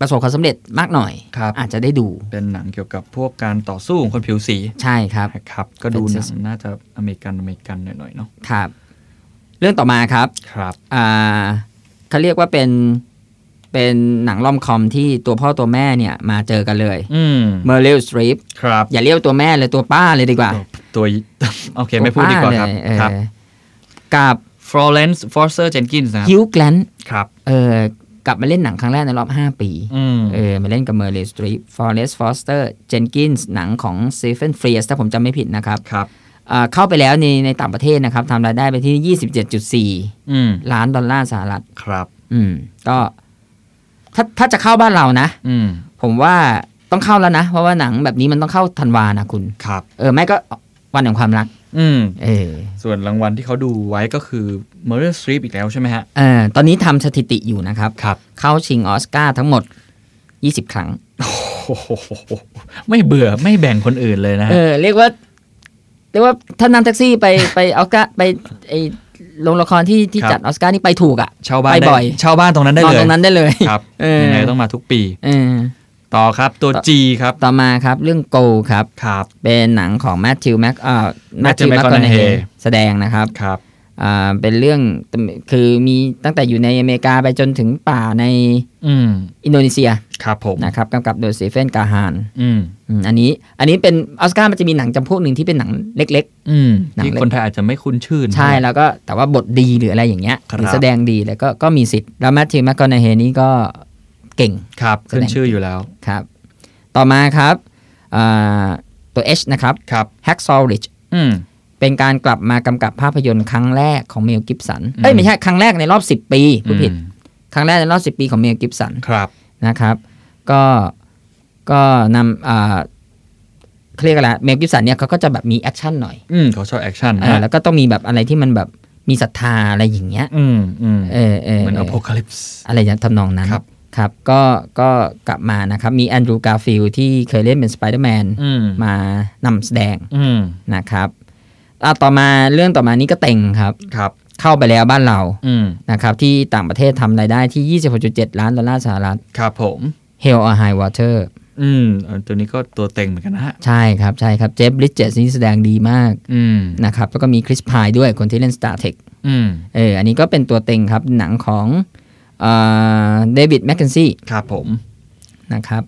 S3: ประสบความสำเร็จมากหน่อย
S2: ครับ
S3: อาจจะได้ดู
S2: เป็นหนังเกี่ยวกับพวกการต่อสู้ของคนผิวสี
S3: ใช่ครับ
S2: นะครับ ก็ดูหนัง
S3: Fences
S2: น่าจะอเมริกันอเมริกันหน่อยๆเนาะ
S3: ครับ เรื่องต่อมาครับ
S2: ครับ
S3: อ่าเขาเรียกว่าเป็นเป็นหนังลอมคอมที่ตัวพ่อตัวแม่เนี่ยมาเจอกันเลย
S2: อืม
S3: เมอร์ l ลสตรีป
S2: ครับ
S3: อย่าเรียกตัวแม่เลยตัวป้าเลยดีกว่า
S2: ตัว โอเค ไม่พูดดีกว่าครับ
S3: ตัป้เลย
S2: ครับ
S3: เออกับ
S2: ฟลอเรนซ์ฟอสเตอร์เจนกินส์นะครับ
S3: ฮิวแกลน
S2: ครับ
S3: เออกลับมาเล่นหนังครั้งแรกในรอบ 5 ปี
S2: อืม
S3: เออมาเล่นกับเมอร์เลสตรีฟอเรสฟอสเตอร์เจนกินส์หนังของซ e เฟนฟรีสถ้าผมจำไม่ผิดนะครับ
S2: ครับ
S3: อ่าเข้าไปแล้วในในต่างประเทศนะครับทำรายได้ไปที่ 27.4
S2: อืม
S3: ล้านดอลลาร์สหรัฐ
S2: ครับ
S3: อืม ก็ถ้าถ้าจะเข้าบ้านเรานะ
S2: อืม
S3: ผมว่าต้องเข้าแล้วนะ เพราะว่าหนังแบบนี้มันต้องเข้าธันวานะคุณ
S2: ครับ
S3: เออ ไม่ก็วันแห่งความรัก
S2: อืม
S3: เออ
S2: ส่วนรางวัลที่เขาดูไว้ก็คือ Murder Street อีกแล้วใช่ไหมฮะ
S3: เออตอนนี้ทำสถิติอยู่นะครับ
S2: ครับ
S3: เข้าชิงออสการ์ทั้งหมด 20 ครั้ง
S2: โอ้โหไม่เบื่อไม่แบ่งคนอื่นเลยนะ
S3: เอ
S2: ฮะ
S3: อเรียกว่าเรียกว่าถ้านั่งแท็กซี่ไป ไปออสการ์ไปไอโรงละครที่ที่จัดออสการ์นี่ไปถูกอ่ะ
S2: เช่าบ้าน
S3: ไป
S2: ได้
S3: บ่อย
S2: เช่าบ้านตรงนั้นได้
S3: นอน
S2: เลย
S3: ตรงนั้นได้เลย
S2: ครับ
S3: เออ
S2: ยังไงต้องมาทุกปี
S3: เออ
S2: ต่อครับตัว G ครับ
S3: ต่อมาครับเรื่องโกครับ
S2: ครับ
S3: เป็นหนังของแมทธิวแม็กเอ่อแมทธิว
S2: Matthew
S3: แม็กคอนเฮ
S2: McConaughey
S3: แสดงนะครับ
S2: ครับ
S3: อ่าเป็นเรื่องคือมีตั้งแต่อยู่ในอเมริกาไปจนถึงป่าใน
S2: อืม
S3: อินโดนีเซีย
S2: ครับผม
S3: นะครับกำกับโดยสตีเฟนกาฮาน
S2: อืม
S3: อืมอันนี้อันนี้เป็นออสการ์มันจะมีหนังจำพวกหนึ่งที่เป็นหนังเล็ก
S2: อืม
S3: หนัง
S2: ที่
S3: เล็ก
S2: คนไทยอาจจะไม่คุ้นชื่น
S3: ใช่แล้วก็แต่ว่าบทดีหรืออะไรอย่างเงี้ย
S2: ครับ
S3: หรือแสดงดีแล้วก็ก็มีสิทธิ์แล้วแมทธิวแมคคอนเฮนี่ก็เก่ง
S2: ครับขึ้นชื่ออยู่แล้ว
S3: ครับ ต่อมาครับอ่าตัว H นะครับ
S2: ครับ
S3: h a c k s a w Ridge
S2: อืม
S3: เป็นการกลับมากำกับภาพยนตร์ครั้งแรกของเมลกิฟสันเอ้
S2: อืม
S3: ยไม่ใช่ครั้งแรกในรอบ 10 ปีผู้ผิด
S2: อืม
S3: ครั้งแรกในรอบ 10 ปีของเมลกิฟสัน
S2: ครับ
S3: นะครับ ก็ก็นำอ่าเขาเรียกอะไรเมลกิฟสันเนี่ยเขาก็จะแบบมีแอคชั่นหน่อย
S2: อืมเขาชอบแอคชั่น
S3: อ่า
S2: นะ
S3: แล้วก็ต้องมีแบบอะไรที่มันแบบมีศรัทธาอะไรอย่างเงี้ย
S2: อืมอืม
S3: เออเออ
S2: เหมือน
S3: เอ
S2: อ
S3: อ
S2: โพคาลิปส์
S3: อะไรอย่างทำนองนั้น
S2: ครับ
S3: ครับก็ก็กลับมานะครับ มีแอนดรูว์การ์ฟิลด์ที่เคยเล่นเป็นสไปเดอร์แมน
S2: อืม
S3: มานำแสดง
S2: อืม
S3: นะครับอ่ะต่อมาเรื่องต่อมานี้ก็เต็งครับ
S2: ครับ
S3: เข้าไปแล้วบ้านเรา
S2: อืม
S3: นะครับ ที่ต่างประเทศทำรายได้ที่ 26.7 ล้านดอลลาร์สหรัฐ
S2: ครับผม
S3: Hell or High Water
S2: อืมเออตัวนี้ก็ตัวเต็งเหมือนกันนะฮะ
S3: ใช่ครับ ใช่ครับ เจฟบริดเจสนี่แสดงดีมาก
S2: อืม
S3: นะครับ แล้วก็มีคริสพายด้วยคนที่เล่น Star Trek
S2: อืม
S3: เอออันนี้ก็เป็นตัวเต็งครับ หนังของเดวิดแมคเคนซี่อ David Mackenzie
S2: ครับผม
S3: นะครับ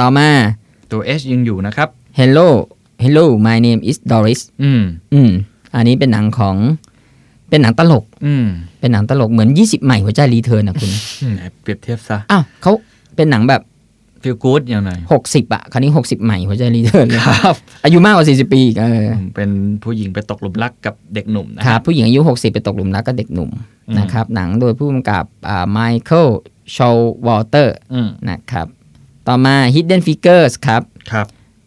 S3: ต่อมา
S2: ตัว H ยังอยู่นะครับ
S3: Hello Hello my name is Doris
S2: อืม
S3: อืม อันนี้เป็นหนังของ เป็นหนังตลก
S2: อืม
S3: เป็นหนังตลกเหมือน 20 ใหม่หัวใจรีเทิร์นนะคุณ
S2: ไหนเปรียบเทียบซะ
S3: อ้าวเขาเป็นหนังแบบ
S2: ฟิลกู๊ดอย่างไร
S3: 60 อ่ะ คราวนี้ 60 ใหม่หัวใจรีเทิร์นเลย
S2: ครับ
S3: อายุมากกว่า 40 ปีอีกเออ
S2: เป็นผู้หญิงไปตกหลุมรักกับเด็กหนุ่มนะ
S3: ค
S2: ฮะ
S3: รับ ผู้หญิงอายุ 60 ไปตกหลุมรักกับเด็กหนุ่ม
S2: อืม
S3: นะครับ หนังโดยผู้กำกับอ่าไมเคิลชอลวอเตอร์
S2: อืม
S3: นะครับ ต่อมา Hidden Figures ครับ
S2: ครับ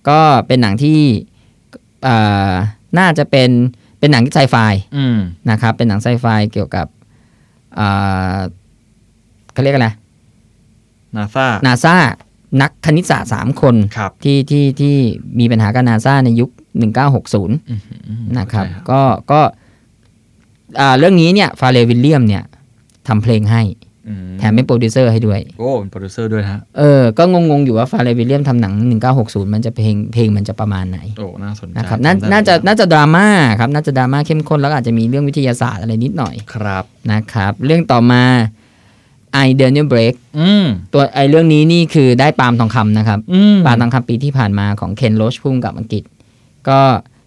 S3: ก็เป็นหนังที่อ่าน่าจะเป็น เป็นหนังไซไฟ
S2: อืม
S3: นะครับเป็นหนังไซไฟเกี่ยวกับอ่าเขาเรียกอะไร
S2: นาซา
S3: นาซานักคณิตศาสตร์สามคน
S2: ครับ
S3: ที่ที่ที่มีปัญหากับนาซาในยุค 1960 นะครับ
S2: ใช่
S3: ก็ก็ อ่าเรื่องนี้เนี่ยฟาเรลวิลเลียมเนี่ยทำเพลงให้
S2: อืม
S3: แถมเป็นโปรดิวเซอร์ให้ด้วย
S2: โอ้เป็นโปรดิวเซอร์ด้วยนะฮะ
S3: เออ ก็งงๆอยู่ว่าฟาเรลวิลเลียมทำหนัง 1960 มันจะเพลงเพลงมันจะประมาณไหน
S2: โอ้น่าสนใจ
S3: นะครับนา
S2: จำได้
S3: น่าจะน่าจะดราม่าครับ น่าจะดราม่าเข้มข้นแล้วก็อาจจะมีเรื่องวิทยาศาสตร์อะไรนิดหน่อย
S2: ครับ
S3: นะครับ เรื่องต่อมา I Daniel Break
S2: อืม
S3: ตัวไอเรื่องนี้นี่คือได้ปาล์มทองคำนะครับ
S2: อืม
S3: ปาล์มทองคำปีที่ผ่านมาของเคนโรชพุ่มกับอังกฤษ ก็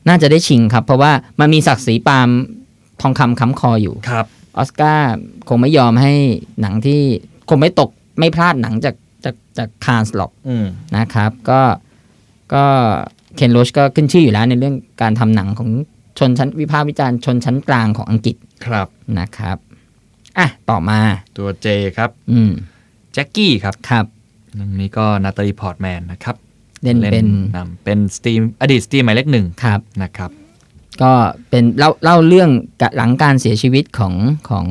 S3: น่าจะได้ชิงครับ เพราะว่ามันมีศักดิ์ศรีปาล์มทองคำค้ำคออยู่
S2: ครับ
S3: ออสการ์คงไม่ยอมให้หนังที่คงไม่ตกไม่พลาดหนังจากจากจากคานส์หรอก
S2: อืม
S3: นะครับ ก็ก็เคนโรชก็ขึ้นชื่ออยู่แล้วในเรื่องการทำหนังของชนชั้นวิพากษ์วิจารณ์ชนชั้นกลางของอังกฤษ
S2: ครับ
S3: นะครับอ่ะต่อมา
S2: ตัวเจครับ
S3: อืม
S2: แจ็คกี้ครับ
S3: ครับ
S2: เรื่องนี้ก็นาตาลีพอร์ตแมนนะครับ
S3: เล่นเป็น
S2: นำเป็นสตรีมอดีตสตรีมหมายเลขหนึ่ง
S3: ครับ
S2: นะครับ
S3: ก็เป็นเล่าเล่าเรื่องกะหลังการเสียชีวิตของของ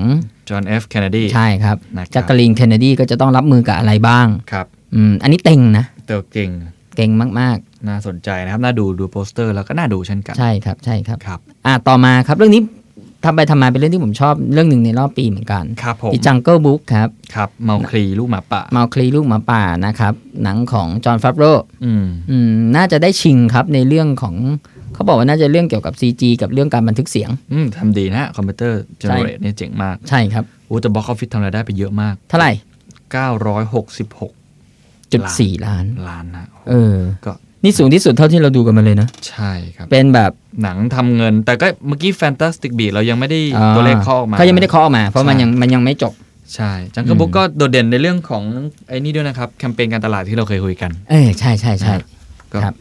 S2: จอห์นเอฟแคนเนดี
S3: ใช่ครับ
S2: นะครับ
S3: จักรีนเคนเนดีก็จะต้องรับมือกับอะไรบ้าง
S2: ครับ
S3: อืมอันนี้เต็งนะ
S2: เตอร์เก่ง
S3: เก่งมาก
S2: น่าสนใจนะครับ น่าดูดูโปสเตอร์แล้วก็น่าดูเช่นกัน
S3: ๆ ใช่ครับใช่ครับ
S2: ครับ
S3: อ่ะต่อมาครับเรื่องนี้ทำไปทำมาเป็นเรื่องที่ผมชอบเรื่องหนึ่งในรอบปีเหมือนกัน
S2: ครับผม
S3: อีจังเกิลบุ๊กครับ
S2: ครับเมาคลีลูกหมาป่า
S3: เมาคลีลูกหมาป่านะครับ หนังของจอห์นฟับโร
S2: อืม
S3: น่าจะได้ชิงครับในเรื่องของเขาบอกว่าน่าจะเรื่องเกี่ยวกับ CG กับเรื่องการบันทึกเสียง
S2: อืมทำดีนะฮะคอมพิวเตอร์เจเนเรตเนี่ยเจ๋งมาก
S3: ใช่ครับ
S2: อู้แต่บ็อกออฟฟิศทำรายได้ไปเยอะมาก
S3: เท่าไหร่
S2: 966
S3: จุด
S2: ล้าน
S3: สี่ล้าน
S2: ล้านนะ
S3: เออ
S2: ก็
S3: นี่สูงที่สุดเท่าที่เราดูกันมาเลยนะ
S2: ใช่ครับ
S3: เป็นแบบ
S2: หนังทำเงิน แต่ก็เมื่อกี้แฟนตาสติกบีเรายังไม่ได้
S3: อ่า
S2: ตัวเลขเข้อออกมา
S3: เขายังไม่ได้เคาะออกมา เพราะมัน
S2: ใช่
S3: ยังมันยังไม่จบ
S2: ใช่จังเกิลบุ๊กก็โดดเด่นในเรื่องของไอ้นี่ด้วยนะครับ แคมเปญการตลาดที่เราเคยคุยกัน
S3: เออใช่ใช่ใช่
S2: ก็
S3: ครับ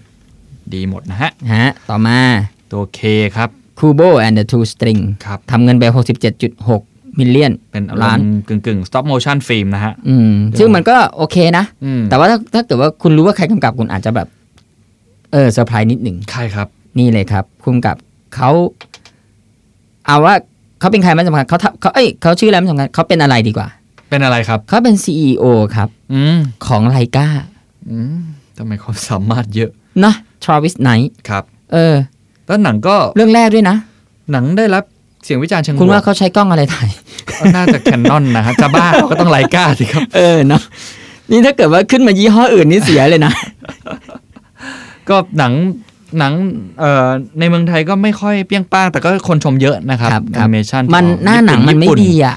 S2: ดีหมดนะฮะ
S3: ฮะ ต่อมา
S2: ตัวเคครับ
S3: คูโบ and the two string
S2: ครับ
S3: ทำเงินไป 67.6 มิลเลียน
S2: เป็นอาร
S3: ล้ามน
S2: ณ์กึ่งกึ่งสต็อปโมชั่นฟิล์มนะฮะ
S3: อืม ซึ่งมันก็โอเคนะ
S2: อืม
S3: แต่ว่าถ้าถ้าเกิดว่าคุณรู้ว่าใครกำกับคุณอาจจะแบบ เออเซอร์ไพรส์นิดหนึ่ง
S2: ใช่ครับ
S3: นี่เลยครับคุณกับเขาเอาว่าเขาเป็นใครไม่สำคัญเขาทำเขาเอ้ยเขาชื่ออะไรไม่สำคัญเขาเป็นอะไรดีกว่า
S2: เป็นอะไรครับ
S3: เขาเป็น CEO ครับ
S2: อืม
S3: ของไลกา
S2: อืมทำไมความสามารถเยอะ
S3: เนาะทราวิสไนท์
S2: ครับ
S3: เออ
S2: แล้วหนังก็
S3: เรื่องแรกด้วยนะ
S2: หนังได้รับเสียงวิจารณ์เชิง
S3: คุณ
S2: บ
S3: ว่าเขาใช้กล้องอะไรถ่าย
S2: ก็น่าจะแคนนอนนะฮะ จะบ้าเราก็ต้องไลกาสิครับ
S3: เออเนาะนี่ถ้าเกิดว่าขึ้นมายี่ห้ออื่นนี่เสียเลยนะ
S2: ก็หนังหนังเอ่อในเมืองไทยก็ไม่ค่อยเปรี้ยงป้างแต่ก็คนชมเยอะนะครับ
S3: ครับค
S2: แอ
S3: รับ
S2: นิเมชัน
S3: มันหน้าหนังมันไม่ดีอ่ะ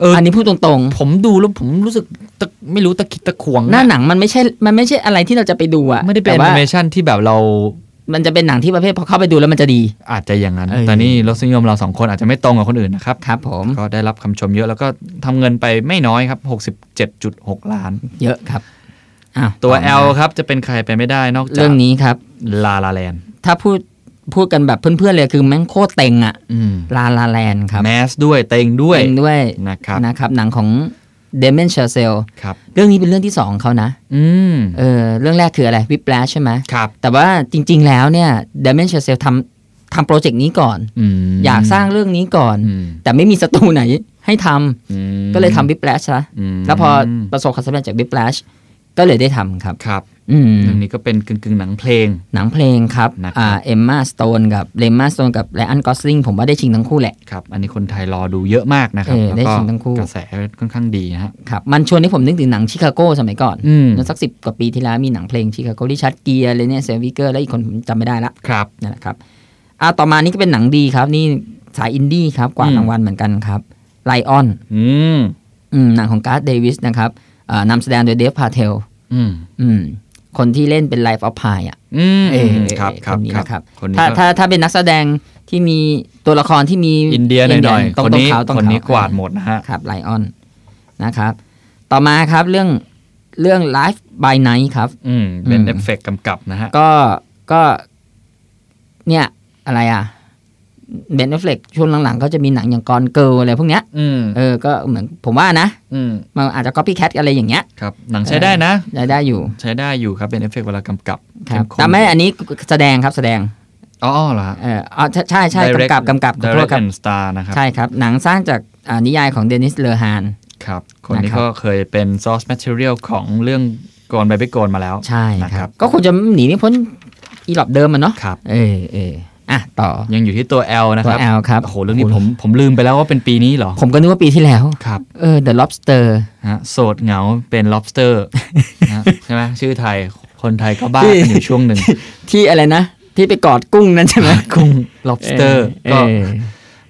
S2: เออ
S3: อันนี้พูดตรง
S2: ผมดูแล้วผมรู้สึกตะไม่รู้ตะคิดตะขวง
S3: ๆ หน้าหนังมันไม่ใช่ มันไม่ใช่อะไรที่เราจะไปดูอ่ะ
S2: ไม่ได้เป็น
S3: แต่
S2: แอ
S3: ว่า
S2: นิเมชันที่แบบเรา
S3: มันจะเป็นหนังที่ประเภทพอเข้าไปดูแล้วมันจะดี
S2: อาจจะอย่างนั้น
S3: เออ
S2: แต่นี่รสนิยมเราสองคนอาจจะไม่ตรงกับคนอื่นนะครับ
S3: ครับผม
S2: ก็ได้รับคำชมเยอะแล้วก็ทำเงินไปไม่น้อยครับ 67.6 ล้าน
S3: เยอะครับอ้าว
S2: ตัว
S3: ต่อมา
S2: L ครับจะเป็นใครไปไม่ได้นอกจาก
S3: เรื่องนี้ครับ
S2: ลาลาแลน
S3: ถ้าพูดพูดกันแบบเพื่อนๆเลยคือแม่งโคตรเต็งอะลาลาแลนครับ
S2: แมสด้วยเต็งด้วย
S3: เต็งด้วย
S2: นะครับ
S3: นะครับ หนังของเดม n นเชอร์เซล
S2: ครับ
S3: เรื่องนี้เป็นเรื่องที่สองเขานะ
S2: อืม
S3: เออเรื่องแรกคืออะไรวิ l a s h ใช่ไหม
S2: ครับ
S3: แต่ว่าจริงๆแล้วเนี่ยเดม n นเชอร์เซลทำทำโปรเจกต์นี้ก่อน
S2: อืม
S3: อยากสร้างเรื่องนี้ก่อน
S2: อืม
S3: แต่ไม่มีสตูไหนให้ทำ
S2: อืม
S3: ก็เลยทำวิ l a s h ซะ
S2: ม
S3: แล้วพอประสบความสำเร็จจากวิ l a s h ก็เลยได้ทำครับ
S2: ครับ
S3: อืม
S2: เรื่องนี้ก็เป็นกึ่งกึ่งๆหนังเพลง
S3: หนังเพลงครับ
S2: นะครับ
S3: อ่าเอมมาสโตนกับเลมมาสโตนกับไลอันกอสลิงผมว่าได้ชิงทั้งคู่แหละ
S2: ครับ อันนี้คนไทยรอดูเยอะมากนะครับ
S3: เออ
S2: แล้ว
S3: ได้
S2: ก็
S3: ชิงทั้งคู่
S2: กระแสค่อนข้างดีนะฮะ
S3: ครับมันชวนให้ผมนึกถึงหนังชิคาโกสมัยก่อน
S2: อืม
S3: เมื่อสักสิบกว่าปีที่แล้วมีหนังเพลงชิคาโกริชัดเกียร์เลเน่เซวิเกอร์และอีกคนผมจำไม่ได้ละ
S2: ครับ
S3: นั่นแหละครับอ่าต่อมานี่ก็เป็นหนังดีครับ นี่สายอินดี้ครับกวาด
S2: อืม
S3: รางวัลเหมือนกันครับไลออน
S2: อืม
S3: หนังของการ์ดเดวิสนะครับอ่านำแสดงโดยเดฟพาเทล
S2: อืม
S3: คนที่เล่นเป็นไลฟ์ออฟพายอ่ะ
S2: อืม
S3: เออ
S2: ครับครั
S3: น
S2: บ
S3: นี้
S2: ครับ
S3: นะครับ
S2: คนนี้
S3: ถ้า
S2: ก็
S3: ถ้าถ้าเป็นนักแสดงที่มีตัวละครที่มี
S2: อินเดียหน่อย
S3: ต
S2: ๆ
S3: รง
S2: คน
S3: ตรง
S2: นี้
S3: เขาตรง
S2: คนนี้
S3: เข
S2: กวาดหมดนะฮะ
S3: ครับไลออนนะครับ ต่อมาครับเรื่องเรื่อง Life by Night ครับ
S2: อืม เป็น
S3: อืม
S2: เอฟเฟกต์กำกับนะฮะ
S3: ก็ก็เนี่ยอะไรอ่ะเบนเฟลกช่วงหลังๆ ก็จะมีหนังอย่างกอนเกิลอะไรพวกเนี้ย
S2: อืม
S3: เออก็เหมือนผมว่านะ
S2: อืม
S3: มันอาจจะ copy cat อะไรอย่างเงี้ย
S2: ครับ หนังใช้ได้นะ
S3: ได้ได้อยู่
S2: ใช้ได้อยู่ครับเป็นเอฟเฟกต์เวลากำกับ
S3: ครับ
S2: เข้ข้น
S3: แต่ไม่อันนี้แสดงครับแสดง
S2: อ๋อเหรอฮะ
S3: เอออ๋อใช่ใช่ใช่
S2: Direct
S3: กำกับกำกับขอโทษ
S2: Direct
S3: ครับ
S2: and Star นะครับ
S3: ใช่ครับ หนังสร้างจากอ่านิยายของเดนิสเลอฮาน
S2: ครับ คนนี้
S3: นะครับ
S2: ก็เคยเป็น source material ของเรื่องกรอนไปไปกรมาแล้ว
S3: ใช่
S2: นะ
S3: ค
S2: ครั
S3: รับ บ ก็คงจะหนีไม่พ้นอีหลอบเดิมมันเนาะ
S2: ครับ
S3: เออเออ อ่ะต่อ
S2: ยังอยู่ที่ตัว L นะ
S3: ตั
S2: คว รับ
S3: แอลครับ
S2: โอ้โหเรื่องนี้ผมผมลืมไปแล้วว่าเป็นปีนี้เหรอ
S3: ผมก็นึกว่าปีที่แล้ว
S2: ครับ
S3: เออ The Lobster
S2: ฮะโสดเหงาเป็น lobster นะใช่ไหมชื่อไทยคนไทยก็บ้ากันอยู่ช่วงหนึ่ง
S3: ที่อะไรนะ ที่ไปกอดกุ้งนั่น ใช่ไหม
S2: กุ้ง lobster
S3: เอ
S2: ก็
S3: อเออ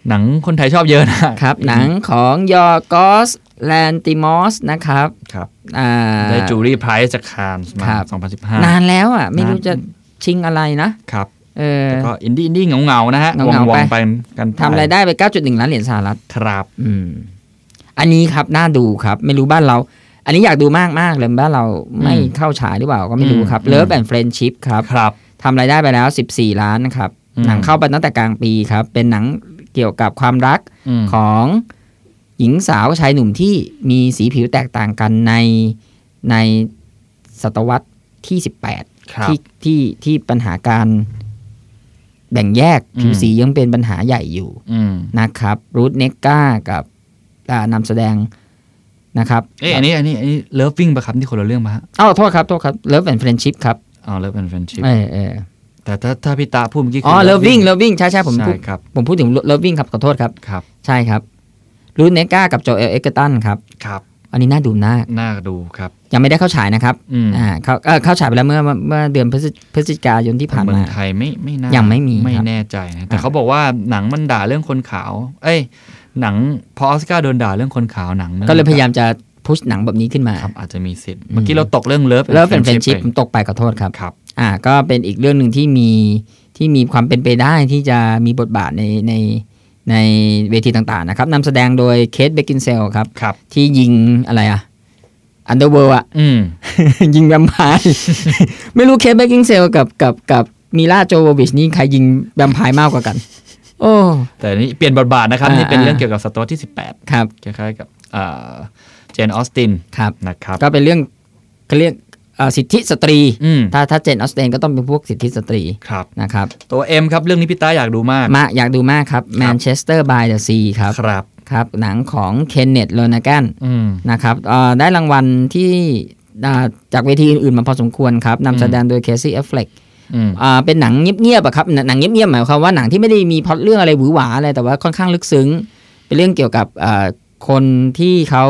S2: หนังคนไทยชอบเยอะนะครับ
S3: หนังของยอกอสแลนติมอสนะครับ
S2: ครับ
S3: อ่า
S2: ได้จูรี่ไพรส์จากคานส์มา
S3: ครับ
S2: 2015
S3: นานแล้วอ่ะ ไม่รู้
S2: นาน
S3: จะชิงอะไรนะครับ เออ
S2: แล้วก็อินดี้อินดี้เงาๆนะฮะ
S3: เงาๆ
S2: ว
S3: ไป
S2: งๆไปกันป
S3: ทำรายได้ไป 9.1 ล้านเหรียญสหรัฐ
S2: ครับ
S3: อืม อันนี้ครับน่าดูครับ ไม่รู้บ้านเรา อันนี้อยากดูมากมากๆเลยบ้านเราไม่เข้าฉายหรือเปล่าก็ไม่รู้ครับ Love and Friendship ครับ
S2: ครับ
S3: ทำรายได้ไปแล้ว 14 ล้านนะครับ
S2: อืม
S3: หนังเข้าไปตั้งแต่กลางปีครับ เป็นหนังเกี่ยวกับความรัก
S2: อืม
S3: ของหญิงสาวกับชายหนุ่มที่มีสีผิวแตกต่างกันในในศตวรรษที่ 18
S2: ครับ
S3: ที่ที่ที่ปัญหาการแบ่งแยก
S2: อืม
S3: ผิวสียังเป็นปัญหาใหญ่อยู่
S2: อืม
S3: นะครับรูทเนก้ากับอ่านำแสดงนะครับ
S2: เอ้ยอันนี้อันนี้อันนี้เลิฟวิ่งปะครับที่คนละเรื่องปะฮะ
S3: เอ้าโทษครับโทษครับเลิฟแอนด์เฟรนชิพครับ
S2: อ๋อเลิฟเป็นแฟนชิพ
S3: เออเออ
S2: แต่ถ้าถ้าพี่ตาพูดเมื่อกี้
S3: อ๋อ
S2: คื
S3: เลิฟวิ่ง
S2: Loving
S3: เลิฟวิ่งใช่ใช่ผม
S2: ใช่
S3: พูด
S2: ครับ
S3: ผมพูดถึงเลิฟวิ่งครับขอโทษครับ
S2: ครับ
S3: ใช่ครับรูทเนก้ากับโจเอลเอ็กเกอร์ตันครับ
S2: ครับ
S3: อันนี้น่าดูมาก
S2: น่าดูครับ
S3: ยังไม่ได้เข้าฉายนะครับ
S2: อืม
S3: อ่าเข้าเอ่อเข้าฉายไปแล้วเมื่อเมื่อเมื่อเดือนพฤศจิพฤศจิกายนที่ผ่าน
S2: เมือง
S3: มา
S2: ไทยไม่ไม่น่า
S3: ยั
S2: ยัง
S3: ไม่มี
S2: ไม่
S3: ครับ
S2: แน่ใจนะแต่
S3: อ่า
S2: เขาบอกว่าหนังมันด่าเรื่องคนขาว เอ้ย หนังพอออสการ์โดนด่าเรื่องคนขาวหนังมัน
S3: ก็เลยพยายามจะพุชหนังแบบนี้ขึ้นมา
S2: ครับอาจจะมีสิทธิ์เมื่อกี้เราตกเรื่องเลิฟ
S3: แล้วเป็นแฟนชิพผมตกไปขอโทษครับ
S2: ครับ
S3: อ่า ก็เป็นอีกเรื่องหนึ่งที่มีที่มีความเป็นไปได้ที่จะมีบทบาทในในในเวทีต่างๆนะครับนำแสดงโดยเคทเบกินเซลครับ
S2: ครับ
S3: ที่ยิงอะไรอะอันเดอร์เวิร์อะ
S2: อืม
S3: ยิงแวมไพร์ ไม่รู้เคทเบกินเซลกับกับกับมิล่าโจโววิชนี่ใครยิงแวมไพร์มากกว่า กัน โอ้
S2: แต่นี่เปลี่ยนบทบาทนะครับ
S3: อ่า
S2: นี่เป็น
S3: อ่า
S2: เรื่องเกี่ยวกับศตวรรษที่
S3: ครับ
S2: 18 คล้ายๆกับเอ่อเจนออสติน
S3: ครับ
S2: นะครับ
S3: ก็เป็นเรื่องเขาเรียกเอ่อสิทธิสตรี
S2: อืม
S3: ถ้าถ้าเจนออสเตนก็ต้องเป็นพวกสิทธิสตรี
S2: ครับ
S3: นะครับ
S2: ตัว M ครับ เรื่องนี้พี่ต้าอยากดูมาก
S3: มาอยากดูมากครับแมนเชสเตอร์บายเดอะซีครับ
S2: ครับ
S3: ครับ หนังของเคนเนตโลนาแกน
S2: อืม
S3: นะครับเอ่อได้รางวัลที่อ่าจากเวทีอื่นๆ มาพอสมควรครับนำแสดงโดยเคซี่เอฟเฟลก
S2: อืม
S3: เป็นหนังเงียบๆอะครับหนังหนังเงียบๆหมายความว่าหนังที่ไม่ได้มีพล็อตเรื่องอะไรหวือหวาอะไรแต่ว่าค่อนข้างลึกซึ้ง เป็นเรื่องเกี่ยวกับอ่าคนที่เขา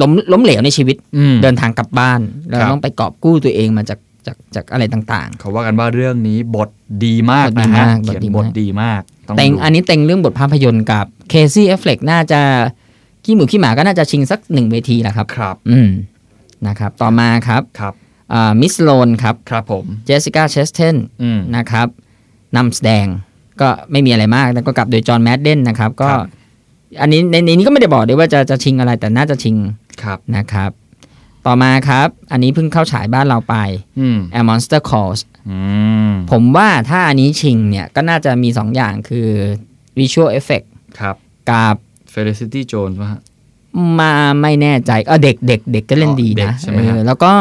S3: ล้มล้มเหลวในชีวิต
S2: อืม
S3: เดินทางกลับบ้าน แล้ว
S2: ครับ
S3: ต้องไปกอบกู้ตัวเองมาจากจากจากอะไรต่าง
S2: เขาว่ากันว่าเรื่องนี้บทดีมาก
S3: บทดี
S2: นะฮะ
S3: มาก
S2: เขียนบบ ท
S3: ทดี
S2: ดีมากต้อง
S3: เต็ง
S2: ดู
S3: อันนี้เต็งเรื่องบทภาพยนตร์กับเคซี่เอฟเฟลกน่าจะขี้หมูขี้หมาก็น่าจะชิงสักหนึ่งเวทีแหละครับ
S2: ครับ
S3: อืม นะครับ ต่อมาครับ
S2: ครับ
S3: มิสโลนครับ
S2: ครับผม
S3: เจสสิก้าเชสเทน
S2: อืม
S3: นะครับนำแสดงก็ไม่มีอะไรมากแล้วก็กลับโดยจอห์นแมดเดนนะครับ ก็
S2: ครับ
S3: อันนี้ในในนี้ก็ไม่ได้บอกด้วยว่าจะจะชิงอะไรแต่น่าจะชิง
S2: ครับ
S3: นะครับ ต่อมาครับ อันนี้เพิ่งเข้าฉายบ้านเราไป
S2: อืม
S3: A Monster Calls
S2: อืม
S3: ผมว่าถ้าอันนี้ชิงเนี่ยก็น่าจะมีสองอย่างคือ Visual Effect
S2: ครับ
S3: กับ
S2: Felicity Jones ว่าฮะ
S3: มาไม่แน่ใจเออเด็กเด็กเด็กก็เล่นดี
S2: เด็ก
S3: นะ
S2: ใช่ไหม
S3: เอ
S2: ฮะ
S3: อแล้วก็